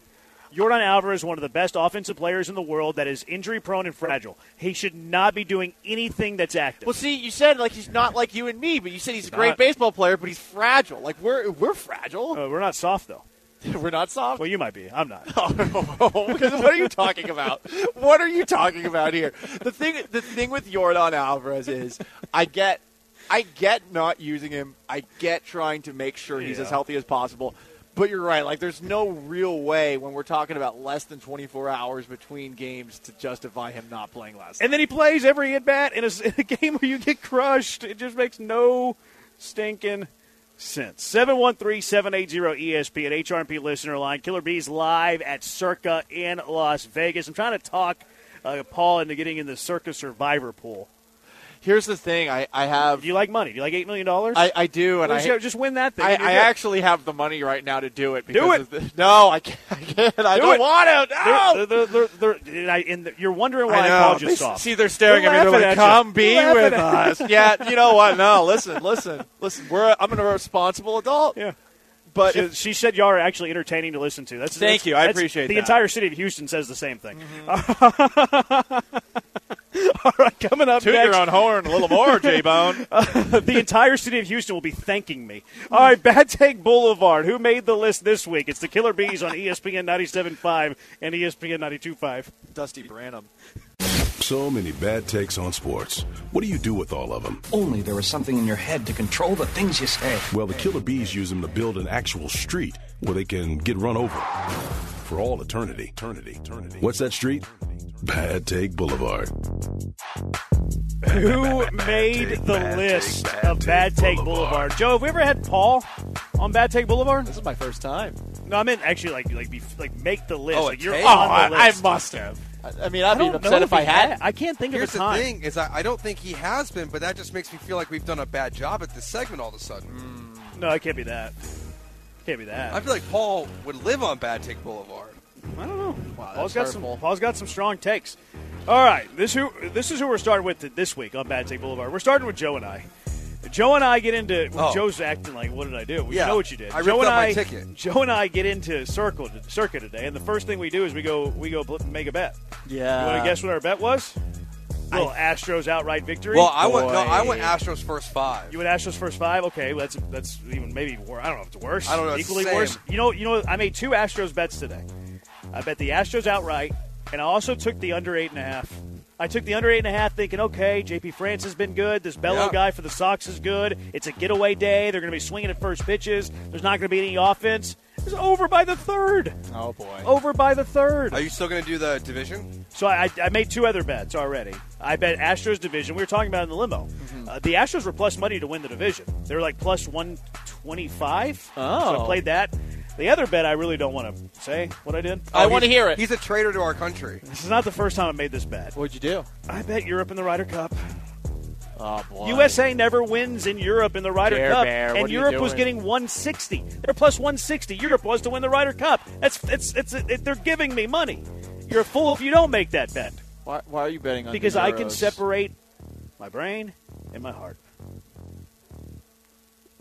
S2: Jordan Alvarez, one of the best offensive players in the world, that is injury prone and fragile. He should not be doing anything that's active.
S3: Well, see, you said like he's not like you and me, but you said he's a great
S2: not.
S3: baseball player, but he's fragile. Like we're we're fragile.
S2: Uh, we're not soft though.
S3: we're not soft.
S2: Well, you might be. I'm not.
S3: what are you talking about? Oh, What are you talking about here? The thing, the thing with Jordan Alvarez is, I get, I get not using him. I get trying to make sure he's
S2: Yeah.
S3: as healthy as possible. But you're right. Like, there's no real way when we're talking about less than 24 hours between games to justify him not playing last.
S2: And then he plays every at bat in a, in a game where you get crushed. It just makes no stinking sense. 713 780 ESP at HRP listener line. Killer Bees live at Circa in Las Vegas. I'm trying to talk uh, Paul into getting in the Circa Survivor pool.
S3: Here's the thing. I, I have,
S2: Do you like money? Do you like $8 million?
S3: I, I do, and
S2: Well,
S3: I.
S2: just- just win that thing.
S3: I,
S2: and you're
S3: I
S2: good.
S3: actually have the money right now to do it. Because
S2: it.
S3: of the- no, I can't. I, can't. I
S2: Do
S3: don't
S2: it.
S3: want to. No.
S2: They're, they're, they're, they're, and I, and you're wondering why I,
S3: I know.
S2: called you
S3: They-
S2: soft.
S3: See, they're staring
S2: They're
S3: at me. They're
S2: laughing
S3: like,
S2: at you.
S3: "Come be
S2: They're
S3: with
S2: laughing
S3: us." yeah, you know what? No, listen, listen, listen. We're I'm a responsible adult,
S2: yeah.
S3: but
S2: She,
S3: if,
S2: Uh, she said y'all are actually entertaining to listen to. That's
S3: Thank
S2: that's-
S3: you. I
S2: that's-
S3: appreciate
S2: the
S3: that.
S2: entire city of Houston says the same thing. All right, coming up
S3: Mm-hmm. toot your
S2: next,
S3: own horn a little more, J Bone.
S2: the entire city of Houston will be thanking me. All right, Bad Take Boulevard. Who made the list this week? It's the Killer Bees on E ESPN 97.5 and E ESPN 92.5.
S3: Dusty Branham.
S1: So many bad takes on sports. What do you do with all of them?
S9: Only there was something in your head to control the things you say.
S1: Well, the Killer Bees use them to build an actual street where they can get run over for all eternity. Eternity. Eternity. What's that street? Bad Take Boulevard.
S2: Who made the
S1: Bad Take,
S2: list
S1: Bad
S2: of
S1: Take
S2: Bad Take Boulevard.
S1: Boulevard.
S2: Joe, have we ever had Paul on Bad Take Boulevard?
S3: This is my first time.
S2: No, I meant actually like like be, like make the list.
S4: Oh,
S2: like
S4: a
S2: you're
S4: take?
S2: on the list.
S3: must have. I, I mean, I'd be
S2: don't
S3: upset
S2: know
S3: if I
S2: he
S3: had.
S2: I can't think
S4: Here's
S2: of a
S4: the
S2: time.
S4: thing: is I, I don't think he has been, but that just makes me feel like we've done a bad job at this segment all of a sudden.
S2: No, it can't be that. Can't be that.
S4: I feel like Paul would live on Bad Take Boulevard.
S2: I don't know.
S3: that's
S2: Paul's got
S3: hurtful.
S2: some. Paul's got some strong takes. All right, this who this is who we're starting with this week on Bad Take Boulevard. We're starting with Joe and I. Joe and I get into. well,
S4: Oh.
S2: Joe's acting like, "What did I do?" We
S4: Yeah,
S2: know what you did.
S4: I
S2: Joe
S4: ripped
S2: and
S4: up my
S2: I.
S4: ticket.
S2: Joe and I get into circle circuit today, and the first thing we do is we go we go bl- make a bet. You want
S3: Yeah.
S2: to guess what our bet was? Little Astros outright victory.
S4: Well, I went. No,
S3: Boy.
S4: I went Astros first five.
S2: You would Astros first five. Okay, well, that's that's even maybe wor I don't know if it's worse.
S4: I don't know, it's
S2: Equally
S4: the same.
S2: worse. You know, you know. I made two Astros bets today. I bet the Astros outright, and I also took the under eight and a half. I took the under eight and a half, thinking, okay, JP France has been good. This Bello
S4: Yeah.
S2: guy for the Sox is good. It's a getaway day. They're going to be swinging at first pitches. There's not going to be any offense. It's over by the third.
S3: Oh boy.
S2: Over by the third.
S4: Are you still going to do the division?
S2: So I, I made two other bets already. I bet Astros division. We were talking about it in the limo.
S3: Mm-hmm.
S2: Uh, the Astros were plus money to win the division. They were like plus one twenty five. so
S3: Oh.
S2: I played that. The other bet I really don't want to say what I did.
S3: I
S4: Oh,
S3: want to
S4: he's-
S3: hear it.
S4: He's a traitor to our country.
S2: This is not the first time I made this bet.
S3: What'd you do?
S2: I bet Europe in the Ryder Cup.
S3: Oh boy.
S2: USA never wins in Europe in the Ryder
S3: Dare
S2: Cup,
S3: Bear, what
S2: and
S3: are you
S2: Europe was
S3: doing?
S2: getting 160. They're plus 160. Europe was to win the Ryder Cup. That's it's it's it, they're giving me money. You're a fool if you don't make that bet.
S3: Why, why are you betting on? the
S2: because I can
S3: Euros?
S2: separate my brain and my heart.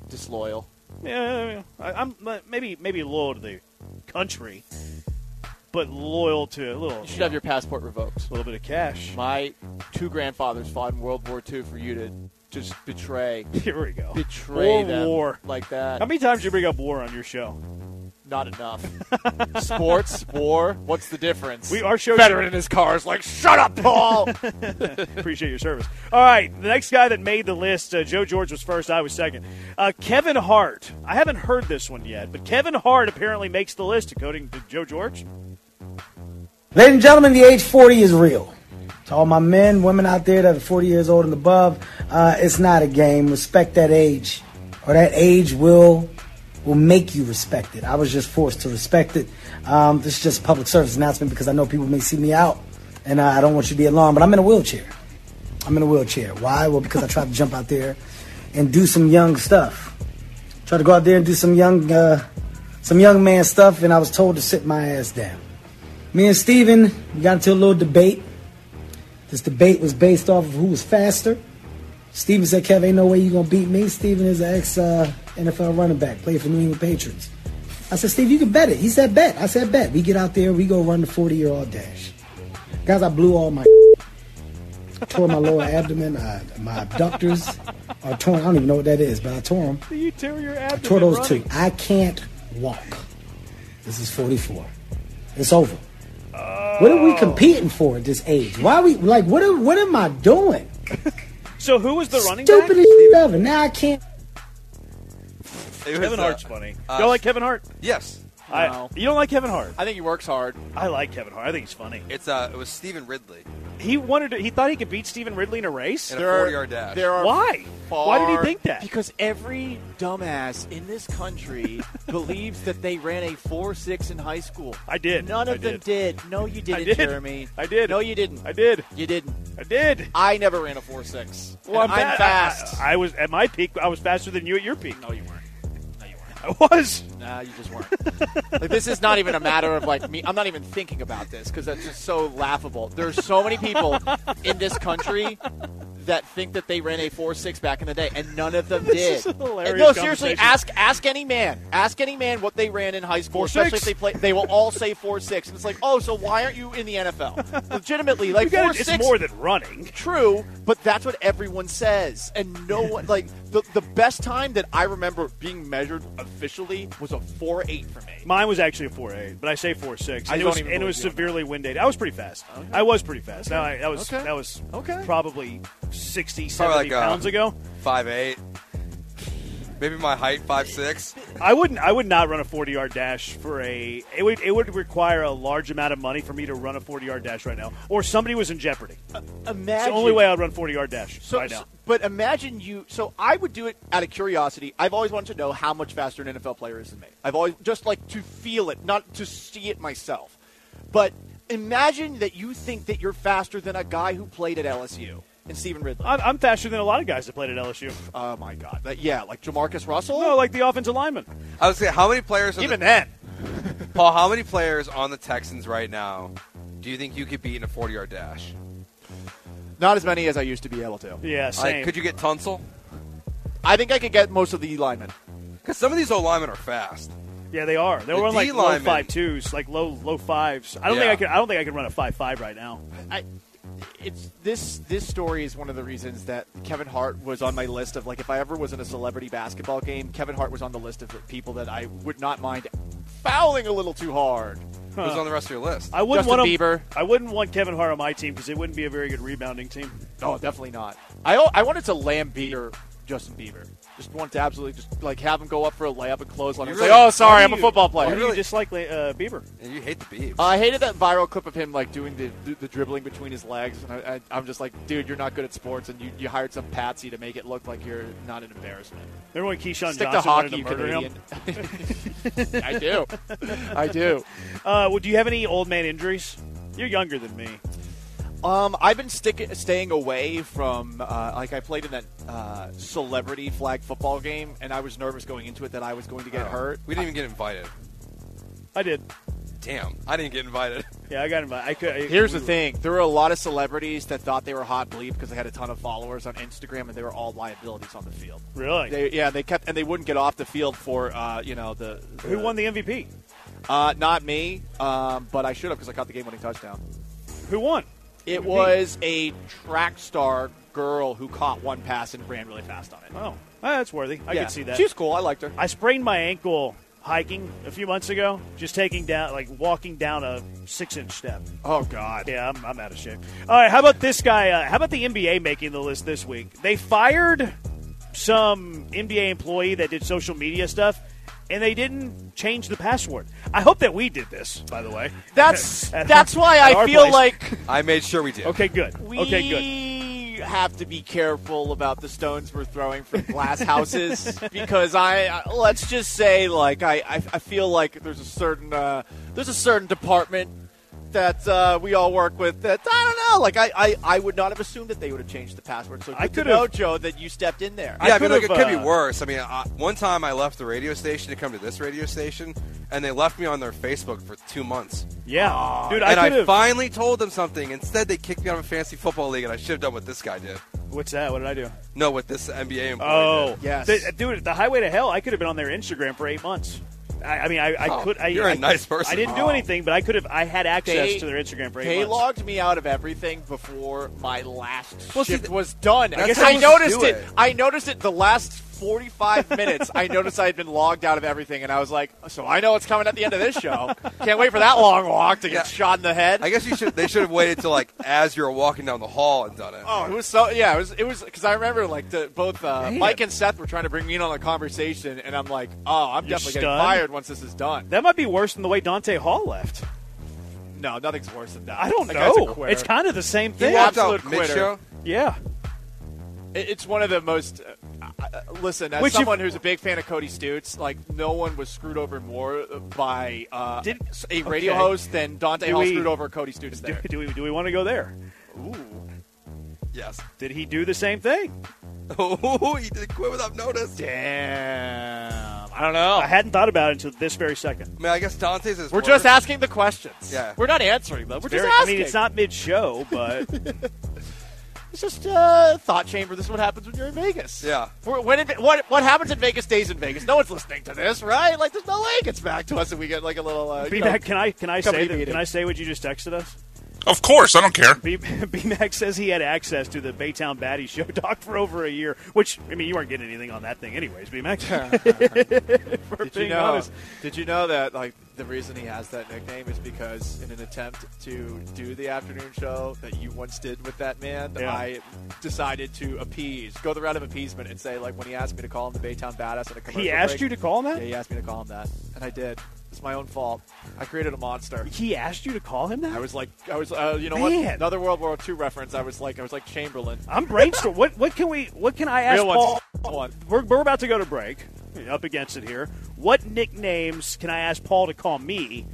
S3: disloyal.
S2: Yeah, I, I'm uh, maybe maybe loyal to the country, but loyal to a little
S3: You should have your passport revoked.
S2: little bit of cash.
S3: My two grandfathers fought in World War II for you to just betray
S2: Here we go.
S3: betray
S2: Or
S3: them
S2: war.
S3: like that.
S2: How many times do you bring up war on your show?
S3: not enough. Sports, war, what's the difference?
S2: We our show
S3: Veteran in his car is like, shut up, Paul.
S2: Appreciate your service. All right, the next guy that made the list, uh, Joe George was first. I was second. Uh, Kevin Hart. I haven't heard this one yet, but Kevin Hart apparently makes the list, according to Joe George.
S10: Ladies and gentlemen, the age 40 is real. To all my men, women out there that are 40 years old and above, uh, it's not a game. Respect that age, or that age will will make you respect it. I was just forced to respect it. Um, this is just a public service announcement because I know people may see me out, and uh, I don't want you to be alarmed. But I'm in a wheelchair. I'm in a wheelchair. Why? Well, because I tried to jump out there and do some young stuff. Tried to go out there and do some young uh, some young man stuff, and I was told to sit my ass down. Me and Steven we got into a little debate. This debate was based off of who was faster. Steven said, Kev, ain't no way you gonna beat me. Steven is an ex uh, NFL running back, played for New England Patriots. I said, Steve, you can bet it. He said, bet. I said, bet. We get out there, we go run the 40 year old dash. Guys, I blew all my. tore my lower abdomen. I, my abductors are torn. I don't even know what that is, but I tore them.
S2: You tear your abdomen.
S10: Tore those two. I can't walk. This is 44. It's over. What are
S2: Oh.
S10: we competing for at this age? Why are we like? What are, what am I doing?
S2: So who was the running
S10: Stupid
S2: back?
S10: as ever. Now I can't.
S4: It was,
S2: Kevin
S4: uh,
S2: Hart's funny.
S4: uh,
S2: you don't like Kevin Hart?
S4: Yes.
S2: I,
S3: No.
S2: you don't like Kevin Hart?
S3: I think he works hard.
S2: I like Kevin Hart. I think he's funny.
S4: It's uh, it was Stephen Ridley
S2: He wanted. To, he thought he could beat Stephen Ridley in a race.
S4: in a four-yard dash.
S3: There are
S2: Why? Why did he
S3: far-
S2: think that?
S7: Because every dumbass in this country believes that they ran a four six in high school.
S2: I did.
S7: None
S2: I
S7: of them did. No, you didn't,
S2: did.
S7: Jeremy.
S2: I did.
S7: No, you didn't.
S2: I did.
S7: You didn't.
S2: I did.
S3: I never ran a four six.
S2: Well,
S3: I'm,
S2: ba-
S3: fast.
S2: I, I was at my peak. I was faster than you at your peak.
S3: no, you weren't. No, you weren't.
S2: I was.
S3: Nah, you just weren't. like, this is not even a matter of like me. I'm not even thinking about this because that's just so laughable. There's so many people in this country that think that they ran a four six back in the day, and none of them did.
S2: is a hilarious
S3: And no, seriously,
S2: conversation.
S3: ask ask any man, ask any man what they ran in high school, especially
S2: 4.6.
S3: if they play. They will all say four six, and it's like, oh, so why aren't you in the NFL? Legitimately, like
S2: You gotta-
S3: four
S2: it's
S3: six
S2: more than running.
S3: True, but that's what everyone says, and no one like the the best time that I remember being measured officially was a four eight for me.
S2: Mine was actually a four eight, but I say four six.
S3: I
S2: And it
S3: don't
S2: was,
S3: even
S2: and it
S3: believe
S2: was
S3: you on that.
S2: severely wind dated. I was pretty fast. I was pretty fast. Now I, that was
S3: Okay.
S2: that was
S3: Okay.
S2: probably 60, 70
S4: Probably like, uh,
S2: pounds ago.
S4: five eight. Maybe my height five six.
S2: I wouldn't. I would not run a forty yard dash for a. It would. It would require a large amount of money for me to run a forty yard dash right now, or somebody was in jeopardy. It's
S3: Imagine
S2: the only way I'd run forty yard dash
S3: So,
S2: right now.
S3: so- but imagine you. So I would do it out of curiosity. I've always wanted to know how much faster an NFL player is than me. I've always just like to feel it, not to see it myself. But imagine that you think that you're faster than a guy who played at LSU and Stephen Ridley.
S2: I'm, I'm faster than a lot of guys that played at LSU.
S3: oh my God! That, yeah, like Jamarcus Russell.
S2: No, like the offensive lineman.
S4: I would say how many players? on
S3: even
S4: the,
S3: then.
S4: Paul, how many players on the Texans right now do you think you could beat in a forty-yard dash?
S3: Not as many as I used to be able to.
S2: Yeah, same.
S4: Like, could you get Tunsil?
S3: I think I could get most of the linemen.
S4: Because some of these old linemen are fast.
S2: Yeah, they are. They
S4: The
S2: were on
S4: D
S2: like low
S4: linemen.
S2: five twos, like low low fives. I don't
S4: Yeah.
S2: think I can. I don't think I can run a five five right now.
S3: I, it's this this story is one of the reasons that Kevin Hart was on my list of like if I ever was in a celebrity basketball game, Kevin Hart was on the list of people that I would not mind fouling a little too hard.
S4: Who's on the rest of your list?
S2: I wouldn't
S3: Justin
S2: want
S3: Bieber.
S2: I wouldn't want Kevin Hart on my team because it wouldn't be a very good rebounding team.
S3: No, definitely not. I al- I wanted to lambeer Justin Bieber. Just wanted to absolutely just like have him go up for a layup and close on him.
S4: You
S3: It's
S4: really-
S3: like, oh, sorry,
S2: Why
S3: I'm
S2: do
S3: a
S2: you-
S3: football
S2: Why
S3: player.
S2: do you dislike uh, Bieber?
S4: you hate the Beavs.
S3: I hated that viral clip of him like doing the the, the dribbling between his legs, and I, I, I'm just like, dude, you're not good at sports, and you, you hired some patsy to make it look like you're not an embarrassment.
S2: Remember when Keyshawn
S3: Stick
S2: Johnson
S3: to
S2: wanted
S3: hockey,
S2: to
S3: you
S2: murder
S3: Canadian.
S2: him?
S3: I do, I do.
S2: Uh, well, do you have any old man injuries? You're younger than me.
S3: Um, I've been sticking, staying away from uh, like I played in that uh, celebrity flag football game, and I was nervous going into it that I was going to get hurt.
S4: We didn't even get invited.
S2: I did.
S4: Damn, I didn't get invited.
S2: Yeah, I got invited. I could. I-
S3: Here's
S2: we
S3: the
S2: were-
S3: thing: there were a lot of celebrities that thought they were hot bleep because they had a ton of followers on Instagram, and they were all liabilities on the field.
S2: Really?
S3: They, yeah, they kept and they wouldn't get off the field for uh, you know the,
S2: Who won the MVP?
S3: Uh, not me, um, but I should have because I caught the game-winning touchdown.
S2: Who won?
S3: It
S2: MVP.
S3: was a track star girl who caught one pass and ran really fast on it.
S2: Oh, ah, that's worthy. I
S3: Yeah.
S2: could see that.
S3: She was cool. I liked her.
S2: I sprained my ankle hiking a few months ago, just taking down, like walking down a six inch step.
S11: Oh God.
S2: Yeah, I'm, I'm out of shape. All right, how about this guy? Uh, how about the NBA making the list this week? They fired some NBA employee that did social media stuff, and they didn't change the password. I hope that we did this, by the way.
S3: That's
S2: At-
S3: that's why
S2: at our
S3: I feel
S2: place.
S3: like
S4: I made sure we did.
S2: Okay, good.
S3: we
S2: Okay, good.
S3: have to be careful about the stones we're throwing from glass houses because I, I let's just say like I, I, I feel like there's a certain uh, there's a certain department that uh, we all work with that I don't know like I, I, I would not have assumed that they would have changed the password so
S2: I
S3: good to
S2: could've-
S3: know Joe that you stepped in there
S4: Yeah, I,
S2: I
S4: mean,
S2: could've,
S4: look, it could be
S2: uh,
S4: worse. I mean, I, one time I left the radio station to come to this radio station, and they left me on their Facebook for two months.
S2: Yeah, dude,
S4: and
S2: I could
S4: I
S2: have.
S4: finally told them something. Instead, they kicked me out of a fantasy football league, and I should have done what this guy did.
S2: What's that? What did I do?
S4: No, what this NBA employee
S2: Oh,
S4: did.
S3: Yes.
S2: The- dude, the highway to hell. I could have been on their Instagram for eight months. I, I mean, I, I
S4: Oh,
S2: could. I,
S4: you're a
S2: a
S4: nice person. Oh.
S2: I didn't do anything, but I could have. I had access
S3: They-
S2: to their Instagram for eight
S3: they
S2: months.
S3: logged me out of everything before my last
S4: Well, see,
S3: shift
S4: th-
S3: was done.
S4: that's
S3: I,
S4: how you
S3: noticed
S4: do
S3: it.
S4: it.
S3: I noticed it the last 45 minutes. I noticed I had been logged out of everything, and I was like, so I know what's coming at the end of this show. Can't wait for that long walk to get
S4: Yeah.
S3: shot in the head.
S4: I guess you should. They should have waited till like as you were walking down the hall and done it.
S3: Oh, it was so yeah. It was it was because I remember like the, both uh, Mike and Seth were trying to bring me in on a conversation, and I'm like, oh, I'm
S2: You're
S3: definitely
S2: stunned?
S3: getting fired once this is done.
S2: That might be worse than the way Dante Hall left.
S3: No, nothing's worse than that.
S2: I don't
S3: That guy's a
S2: know.
S3: quitter.
S2: It's kind of the same
S4: you
S2: thing.
S4: walked out
S3: absolute quitter.
S4: mid-show.
S2: Yeah.
S3: It- It's one of the most. Uh, uh, listen, as
S2: Which you-
S3: someone who's a big fan of Cody Stutes, like no one was screwed over more by uh,
S2: Did-
S3: a radio
S2: okay.
S3: host than Dante
S2: Do
S3: Hall
S2: we-
S3: screwed over Cody Stutes
S2: Do,
S3: there.
S2: do we do we want to go there?
S4: Yes.
S2: Did he do the same thing?
S4: Oh, he did quit without notice.
S3: Damn, I don't know.
S2: I hadn't thought about it until this very second.
S4: I mean, I guess Dante's is.
S3: We're just asking the questions.
S4: Yeah.
S3: We're not answering them. We're
S2: Very-
S3: just
S2: I
S3: asking.
S2: mean, it's not mid-show, but
S3: It's just uh, thought chamber. This is what happens when you're in Vegas.
S4: Yeah.
S3: We're- When in, what what happens in Vegas stays in Vegas. No one's listening to this, right? Like, there's no way it gets back to us if we get like a little. Uh, you know-
S2: B-Mac, can I can I
S3: Company
S2: say that,
S3: meeting.
S2: can I say what you just texted us?
S6: Of course, I don't care.
S2: B- B-Mac says he had access to the Baytown Batty show doc for over a year, which, I mean, you weren't getting anything on that thing anyways, B-Mac. for
S3: Did
S2: being
S3: you know?
S2: honest.
S3: Did you know that like the reason he has that nickname is because in an attempt to do the afternoon show that you once did with that man,
S2: Yeah.
S3: I decided to appease, go the route of appeasement, and say like when he asked me to call him the Baytown Badass at a commercial.
S2: He asked
S3: break-
S2: you to call him
S3: Yeah,
S2: that?
S3: he asked me to call him that, and I did. It's my own fault. I created a monster.
S2: He asked you to call him
S3: I
S2: that?
S3: was like, I was, uh, you know
S2: Man.
S3: what? Another World War II reference. I was like, I was like Chamberlain.
S2: I'm brainstorming. what, what can we, what can I ask
S3: Real
S2: Paul?
S3: one. One.
S2: We're, we're about to go to break. Up against it here. What nicknames can I ask Paul to call me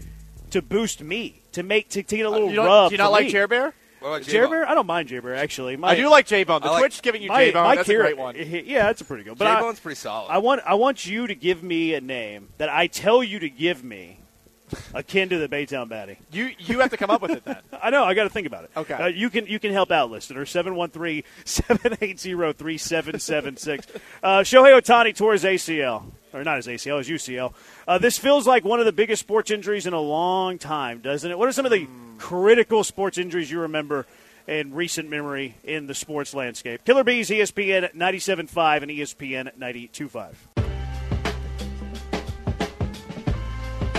S2: to boost me, to make, to, to get a little
S3: Uh, You don't,
S2: rub
S3: do you not
S2: for
S3: like
S2: me?
S3: Jer Bear?
S4: What about J-Lo?
S2: Jerber? I don't mind Jerber, actually. My,
S3: I do like J Bone. The
S4: I like-
S3: Twitch giving you
S2: my,
S3: J Bone.
S2: my
S3: That's
S2: char-
S3: a great one.
S2: Yeah, that's a pretty good. But I-
S4: J-Bone's pretty solid.
S2: I want I want you to give me a name that I tell you to give me, akin to the Baytown Batty.
S3: You you have to come up with it then.
S2: I know I got to think about it.
S3: Okay.
S2: Uh, you can you can help out, listener. 713-780-3776. uh, Shohei Otani tore his ACL, or not his ACL, his UCL. Uh, this feels like one of the biggest sports injuries in a long time, doesn't it? What are some of the critical sports injuries you remember? In recent memory in the sports landscape, Killer Bees, E ESPN 97.5 and E ESPN 92.5.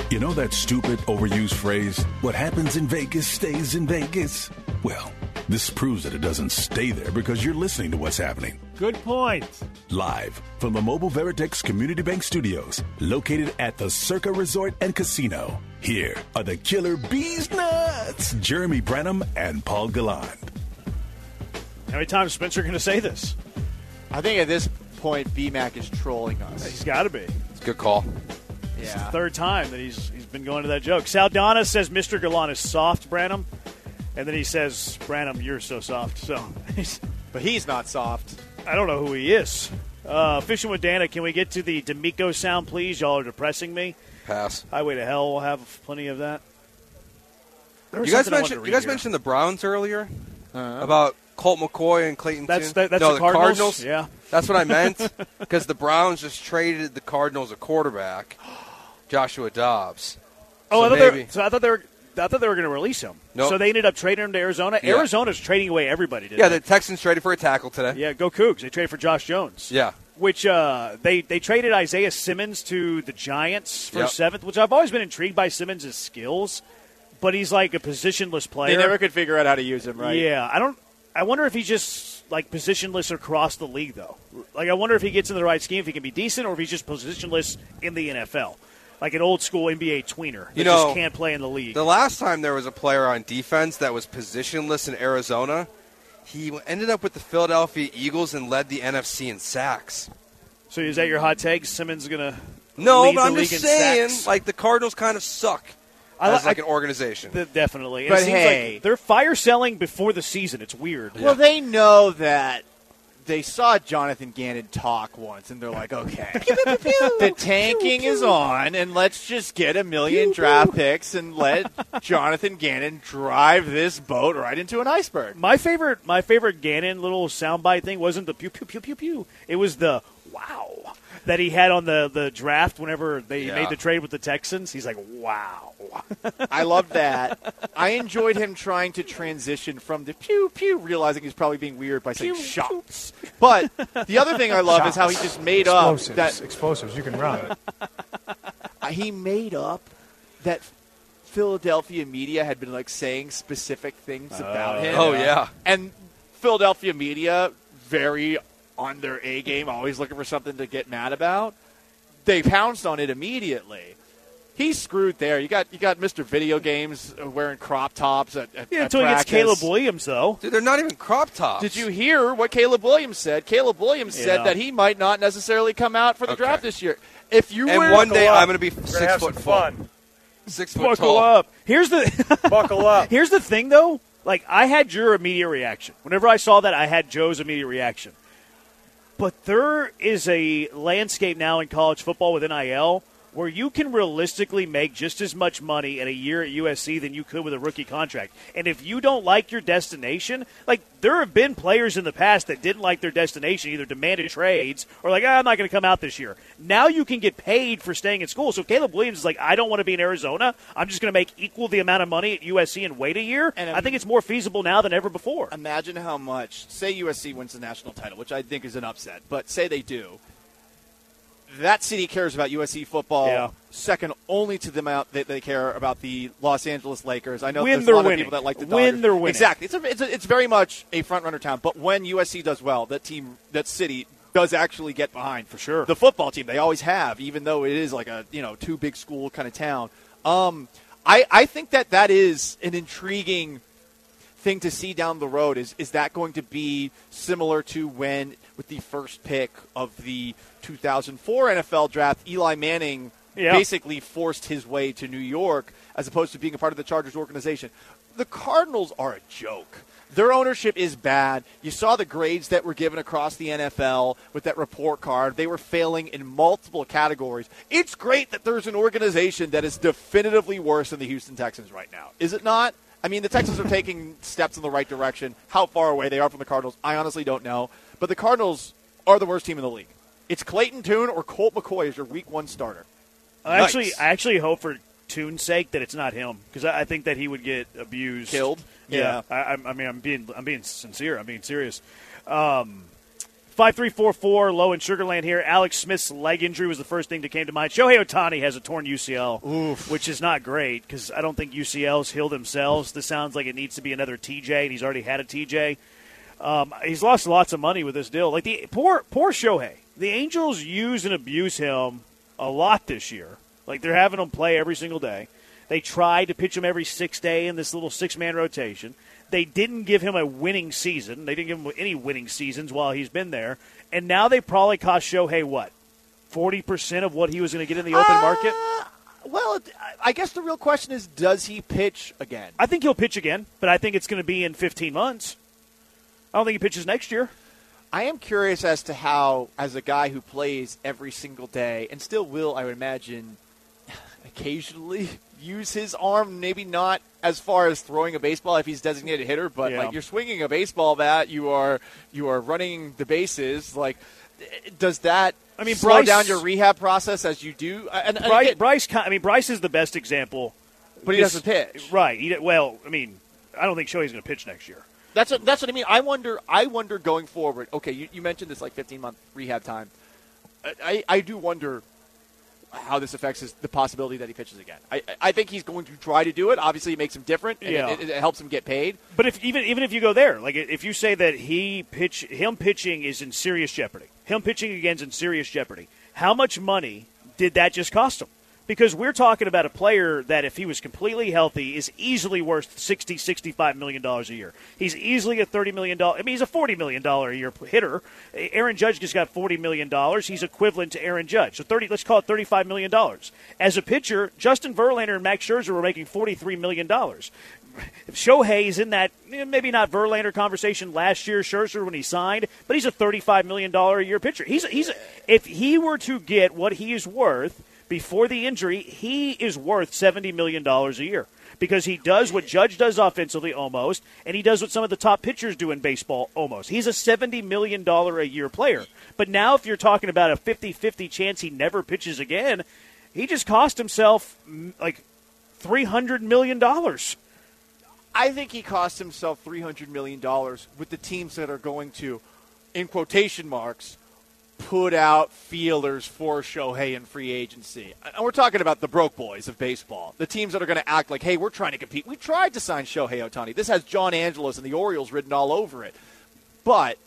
S1: You know that stupid, overused phrase, what happens in Vegas stays in Vegas? Well, this proves that it doesn't stay there because you're listening to what's happening.
S12: Good point.
S1: Live from the Mobile Veritex Community Bank Studios, located at the Circa Resort and Casino. Here are the Killer Bees Nuts, Jeremy Branham and Paul Galland.
S2: How many times is Spencer going to say this?
S3: I think at this point, BMAC is trolling us.
S2: He's got to be.
S4: It's a good call.
S3: Yeah.
S2: Third time that he's he's been going to that joke. Saldana says Mr. Galan is soft, Branham, and then he says Branham, you're so soft. So he's,
S3: But he's not soft.
S2: I don't know who he is. Uh, Fishing with Dana, can we get to the D'Amico sound, please? Y'all are depressing me.
S4: Pass.
S2: Highway to Hell will have plenty of that. There was
S4: You guys
S2: something I wanted
S4: mentioned
S2: to
S4: you
S2: read
S4: guys
S2: here. Uh-huh.
S4: mentioned the Browns earlier about Colt McCoy and Clayton.
S2: That's-
S4: Tune-
S2: that- that's
S4: no,
S2: the Cardinals?
S4: Cardinals.
S2: Yeah.
S4: that's what I meant because the Browns just traded the Cardinals a quarterback, Joshua Dobbs.
S2: Oh,
S4: So
S2: I thought they were,
S4: maybe-
S2: so I thought they were. I thought they were going to release him.
S4: Nope.
S2: So they ended up trading him to Arizona.
S4: Yeah.
S2: Arizona's trading away everybody. Didn't
S4: Yeah,
S2: they?
S4: the Texans traded for a tackle today.
S2: yeah. Go Cougs. They traded for Josh Jones.
S4: Yeah.
S2: which uh, they they traded Isaiah Simmons to the Giants for
S4: Yep.
S2: seventh, which I've always been intrigued by Simmons' skills, but he's like a positionless player.
S3: They never could figure out how to use him, right?
S2: Yeah, I don't. I wonder if he's just like positionless across the league, though. Like, I wonder if he gets in the right scheme, if he can be decent, or if he's just positionless in the NFL, like an old school NBA tweener that
S4: You know,
S2: just can't play in the league.
S4: The last time there was a player on defense that was positionless in Arizona, he ended up with the Philadelphia Eagles and led the NFC in sacks.
S2: so is that your hot take? Simmons gonna
S4: No,
S2: lead
S4: but
S2: the
S4: I'm
S2: league
S4: just
S2: in
S4: saying,
S2: sacks?
S4: like the Cardinals kind of suck
S2: I li-
S4: as like
S2: I-
S4: an organization.
S2: Th- definitely. And
S3: But
S2: it seems
S3: hey.
S2: like they're fire selling before the season. It's weird.
S3: Well, they know that they saw Jonathan Gannon talk once, and they're like, okay, the tanking is on, and let's just get a million draft picks and let Jonathan Gannon drive this boat right into an iceberg.
S2: My favorite, my favorite Gannon little soundbite thing wasn't the pew pew pew pew pew. It was the wow that he had on the, the draft whenever they
S4: Yeah.
S2: made the trade with the Texans. He's like, wow.
S3: I love that. I enjoyed him trying to transition from the pew pew, realizing he's probably being weird by saying shots. But the other thing I love is how he just made up that
S1: explosives. You can run.
S3: he made up that Philadelphia media had been like saying specific things about him.
S4: oh yeah.
S3: and Philadelphia media very on their A game, always looking for something to get mad about. They pounced on it immediately. He screwed there. You got you got Mr. Video Games uh, wearing crop tops at, at,
S2: Yeah,
S3: at
S2: until he gets
S3: practice.
S2: Caleb Williams though.
S4: Dude, they're not even crop tops.
S3: Did you hear what Caleb Williams said? Caleb Williams
S2: Yeah.
S3: said that he might not necessarily come out for the
S4: Okay.
S3: draft this year. If you
S4: And
S3: wear
S4: one day
S3: glove-
S4: I'm going to be six foot tall. Six foot
S2: Buckle
S4: tall.
S2: up. Here's the
S1: Buckle up.
S2: here's the thing though. Like I had your immediate reaction whenever I saw that. I had Joe's immediate reaction. But there is a landscape now in college football with NIL where you can realistically make just as much money in a year at USC than you could with a rookie contract. And if you don't like your destination, like there have been players in the past that didn't like their destination, either demanded trades or like, ah, I'm not going to come out this year. Now you can get paid for staying at school. So Caleb Williams is like, I don't want to be in Arizona. I'm just going to make equal the amount of money at USC and wait a year.
S3: And, um,
S2: I think it's more feasible now than ever before.
S3: imagine how much say USC wins the national title, which I think is an upset, but say they do. That city cares about USC football
S2: Yeah.
S3: second only to the amount that they care about the Los Angeles Lakers. I know
S2: When
S3: there's a
S2: they're
S3: lot
S2: winning.
S3: of people that like the
S2: When
S3: Dodgers.
S2: they're winning.
S3: Exactly. It's, a, it's, a, it's very much a front runner town, but when USC does well, that team, that city does actually get behind for
S2: sure.
S3: The football team they always have, even though it is like a you know two big school kind of town. Um, I I think that that is an intriguing thing to see down the road is is that going to be similar to when with the first pick of the 2004 NFL draft Eli Manning
S2: Yeah.
S3: basically forced his way to New York as opposed to being a part of the Chargers organization. The Cardinals are a joke. Their ownership is bad. You saw the grades that were given across the NFL with that report card. They were failing in multiple categories. It's great that there's an organization that is definitively worse than the Houston Texans right now. Is it not? I mean, the Texans are taking steps in the right direction. How far away they are from the Cardinals, I honestly don't know. But the Cardinals are the worst team in the league. It's Clayton Toon or Colt McCoy as your Week One starter.
S2: I actually,
S3: Nice.
S2: I actually hope for Tune's sake that it's not him because I, I think that he would get abused,
S3: Killed?
S2: Yeah, I, I'm- I mean, I'm being, I'm being sincere. I'm being serious. Um, five three four four low in Sugarland here. Alex Smith's leg injury was the first thing that came to mind. Shohei Otani has a torn UCL, which is not great because I don't think UCLs heal themselves. This sounds like it needs to be another TJ, and he's already had a TJ. Um, he's lost lots of money with this deal. Like the poor, poor Shohei. The Angels use and abuse him a lot this year. Like they're having him play every single day. They tried to pitch him every six day in this little six man rotation. They didn't give him a winning season. They didn't give him any winning seasons while he's been there. And now they probably cost Shohei what forty percent of what he was going to get in the open market.
S3: Well, it- I- I guess the real question is, does he pitch again?
S2: I think he'll pitch again, but I think it's going to be in fifteen months. I don't think he pitches next year.
S3: I am curious as to how, as a guy who plays every single day and still will, I would imagine, occasionally use his arm. Maybe not as far as throwing a baseball if he's designated hitter, but
S2: Yeah.
S3: like you're swinging a baseball bat, you are you are running the bases. Like, does that?
S2: I mean,
S3: slow
S2: Bryce-
S3: down your rehab process as you do. And, and
S2: Bryce,
S3: again,
S2: Bryce, Con- I mean, Bryce is the best example.
S3: but he doesn't pitch.
S2: Right. He, well, I mean, I don't think Shohei's going to pitch next year.
S3: That's what, that's what I mean. I wonder. I wonder going forward. Okay, you, you mentioned this like 15 month rehab time. I, I do wonder how this affects his, the possibility that he pitches again. I, I think he's going to try to do it. Obviously, it makes him different. And
S2: Yeah.
S3: it, it, it helps him get paid.
S2: But if even even if you go there, like if you say that he pitch him pitching is in serious jeopardy, him pitching again's in serious jeopardy. How much money did that just cost him? Because we're talking about a player that, if he was completely healthy, is easily worth 60 $65 million dollars a year. He's easily a $30 million. I mean, he's a $40 million a year hitter. Aaron Judge just got $40 million. He's equivalent to Aaron Judge. So 30, let's call it $35 million. As a pitcher, Justin Verlander and Max Scherzer were making $43 million. Shohei is in that eh, maybe not Verlander conversation last year, Scherzer when he signed, but he's a thirty-five million dollar a year pitcher. He's he's if he were to get what he is worth before the injury, he is worth seventy million dollars a year because he does what Judge does offensively almost, and he does what some of the top pitchers do in baseball almost. He's a seventy million dollar a year player. But now, if you're talking about a 50-50 chance he never pitches again, he just cost himself mm, like three hundred million dollars.
S3: I think he cost himself three hundred million dollars with the teams that are going to, in quotation marks, put out feelers for Shohei in free agency. And we're talking about the broke boys of baseball, the teams that are going to act like, "Hey, we're trying to compete. We tried to sign Shohei Otani. This has John Angelos and the Orioles written all over it." But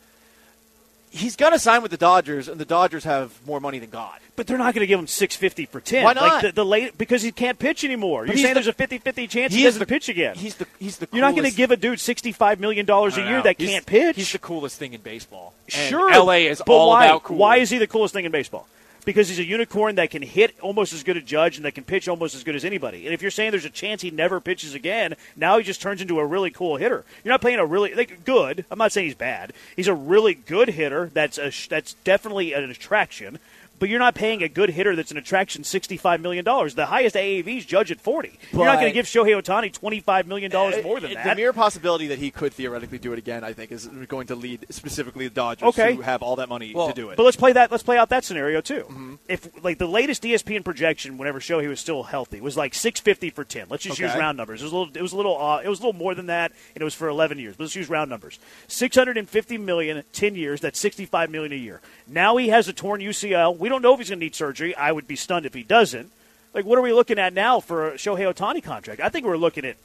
S3: he's going to sign with the Dodgers, and the Dodgers have more money than God.
S2: But they're not going to give him 650 for 10.
S3: Why not?
S2: Like the, the late, because he can't pitch anymore. You're
S3: he's
S2: saying
S3: the-
S2: there's a 50-50 chance
S3: He
S2: he,
S3: is
S2: doesn't
S3: the-
S2: pitch again.
S3: He's the he's the
S2: You're not going to
S3: coolest-
S2: give a dude $65 million a
S3: I don't
S2: year
S3: know.
S2: that
S3: He's-
S2: can't pitch.
S3: He's the coolest thing in baseball. And
S2: sure.
S3: LA is
S2: but
S3: all
S2: why?
S3: about cool.
S2: Why is he the coolest thing in baseball? Because he's a unicorn that can hit almost as good a judge and that can pitch almost as good as anybody. And if you're saying there's a chance he never pitches again, now he just turns into a really cool hitter. You're not playing a really like, good. I'm not saying he's bad. He's a really good hitter. That's a sh- that's definitely an attraction. But you're not paying a good hitter that's an attraction sixty-five million dollars. The highest AAVs judge at forty. you're not
S3: But-
S2: going to give Shohei Otani twenty-five million dollars more than
S3: Uh,
S2: that.
S3: The mere possibility that he could theoretically do it again, I think, is going to lead specifically the Dodgers,
S2: Okay.
S3: who have all that money
S4: Well,
S3: to do it.
S2: But let's play that. Let's play out that scenario too. If like the latest E ESPN projection, whenever Shohei was still healthy, was like six fifty for ten. Let's just use
S3: Okay.
S2: round numbers. It was a little. It was a little. Uh, it was a little more than that, and it was for eleven years. But let's use round numbers. Six hundred and fifty million, ten years. That's sixty five million a year. Now he has a torn UCL. We don't know if he's going to need surgery. I would be stunned if he doesn't. Like, what are we looking at now for a Shohei Otani contract? I think we're looking at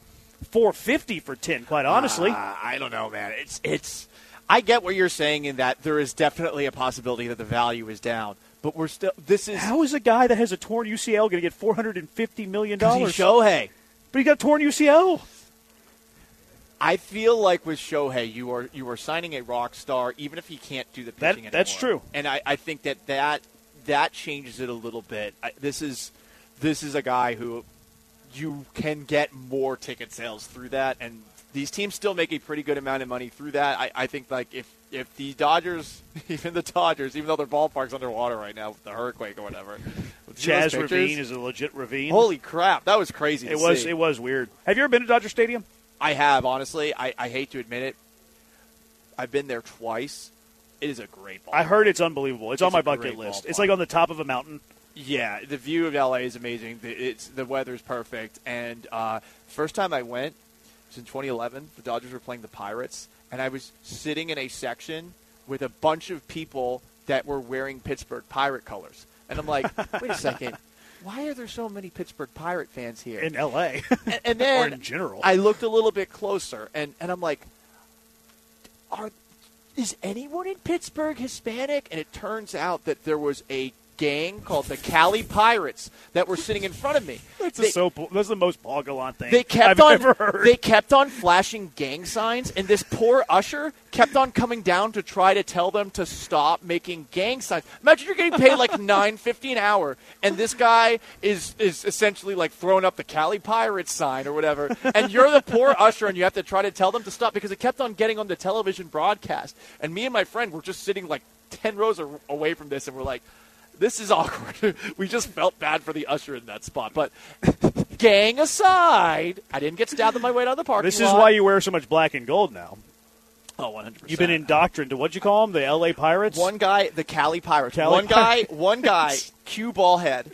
S2: four fifty for ten. Quite honestly.
S3: Uh, I don't know, man. It's it's. I get what you're saying in that there is definitely a possibility that the value is down, but we're still. This is
S2: how is a guy that has a torn UCL going to get four hundred and fifty million
S3: 'cause
S2: dollars?
S3: he's Shohei.
S2: But he got torn UCL.
S3: I feel like with Shohei, you are you are signing a rock star, even if he can't do the
S2: That-
S3: pitching.
S2: that's
S3: anymore.
S2: true.
S3: and I, I think that that that changes it a little bit. I, this is this is a guy who you can get more ticket sales through that, and these teams still make a pretty good amount of money through that. I, I think like if if the Dodgers, even the Dodgers, even though their ballpark's underwater right now with the earthquake or whatever, with those
S2: Jazz
S3: pictures-
S2: Ravine is a legit ravine.
S3: Holy crap, that was crazy. to
S2: it was
S3: see.
S2: it was weird. Have you ever been to Dodger Stadium?
S3: I have, honestly. I, I hate to admit it. I've been there twice. It is a great ball.
S2: I heard it's unbelievable. It's, on
S3: It's
S2: my
S3: a
S2: bucket
S3: great
S2: list.
S3: ballpark.
S2: It's like on the top of a mountain.
S3: Yeah, the view of LA is amazing. The, it's the weather's perfect. And uh, first time I went was in 2011. The Dodgers were playing the Pirates, and I was sitting in a section with a bunch of people that were wearing Pittsburgh Pirate colors. And I'm like, wait a second, why are there so many Pittsburgh Pirate fans here
S2: in L.A.
S3: and, and then
S2: in general.
S3: I looked a little bit closer, and, and I'm like, are is anyone in Pittsburgh Hispanic? And it turns out that there was a gang called the Cali Pirates that were sitting in front of me.
S2: that's,
S3: They-
S2: a so, that's the most Paul Gallant thing
S3: they kept
S2: I've
S3: on
S2: ever heard.
S3: they kept on flashing gang signs, and this poor usher kept on coming down to try to tell them to stop making gang signs. Imagine you're getting paid like nine fifty an hour, and this guy is is essentially like throwing up the Cali Pirates sign or whatever, and you're the poor usher, and you have to try to tell them to stop because it kept on getting on the television broadcast. And me and my friend were just sitting like ten rows a- away from this, and we're like. This is awkward. we just felt bad for the usher in that spot, but gang aside, I didn't get stabbed on my way out of the parking
S2: this is
S3: lot.
S2: why you wear so much black and gold now.
S3: Oh, 100%.
S2: You've been indoctrined to what you call them, the L.A. Pirates.
S3: One guy, the Cali Pirates.
S2: Cali
S3: one guy, one guy, cue ball head.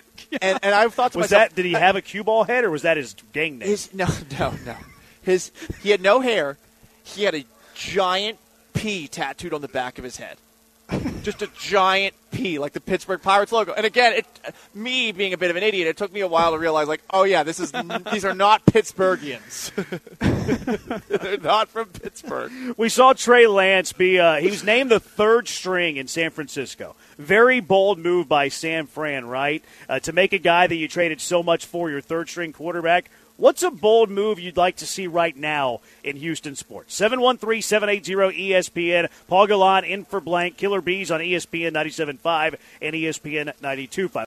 S3: And, and I thought to
S2: was
S3: myself,
S2: that? Did he have a cue ball head, or was that his gang name?
S3: his no, no, no. His he had no hair. He had a giant P tattooed on the back of his head. Just a giant P, like the Pittsburgh Pirates logo. And again, it, me being a bit of an idiot, it took me a while to realize, like, oh yeah, this is n- these are not Pittsburghians. They're not from Pittsburgh.
S2: We saw Trey Lance be, uh, he was named the third string in San Francisco. Very bold move by San Fran, right? Uh, to make a guy that you traded so much for your third string quarterback. What's a bold move you'd like to see right now in Houston sports? 713 780 ESPN. E Paul Gallant in for blank. Killer Bees on ESPN 97.5 and ESPN 92.5.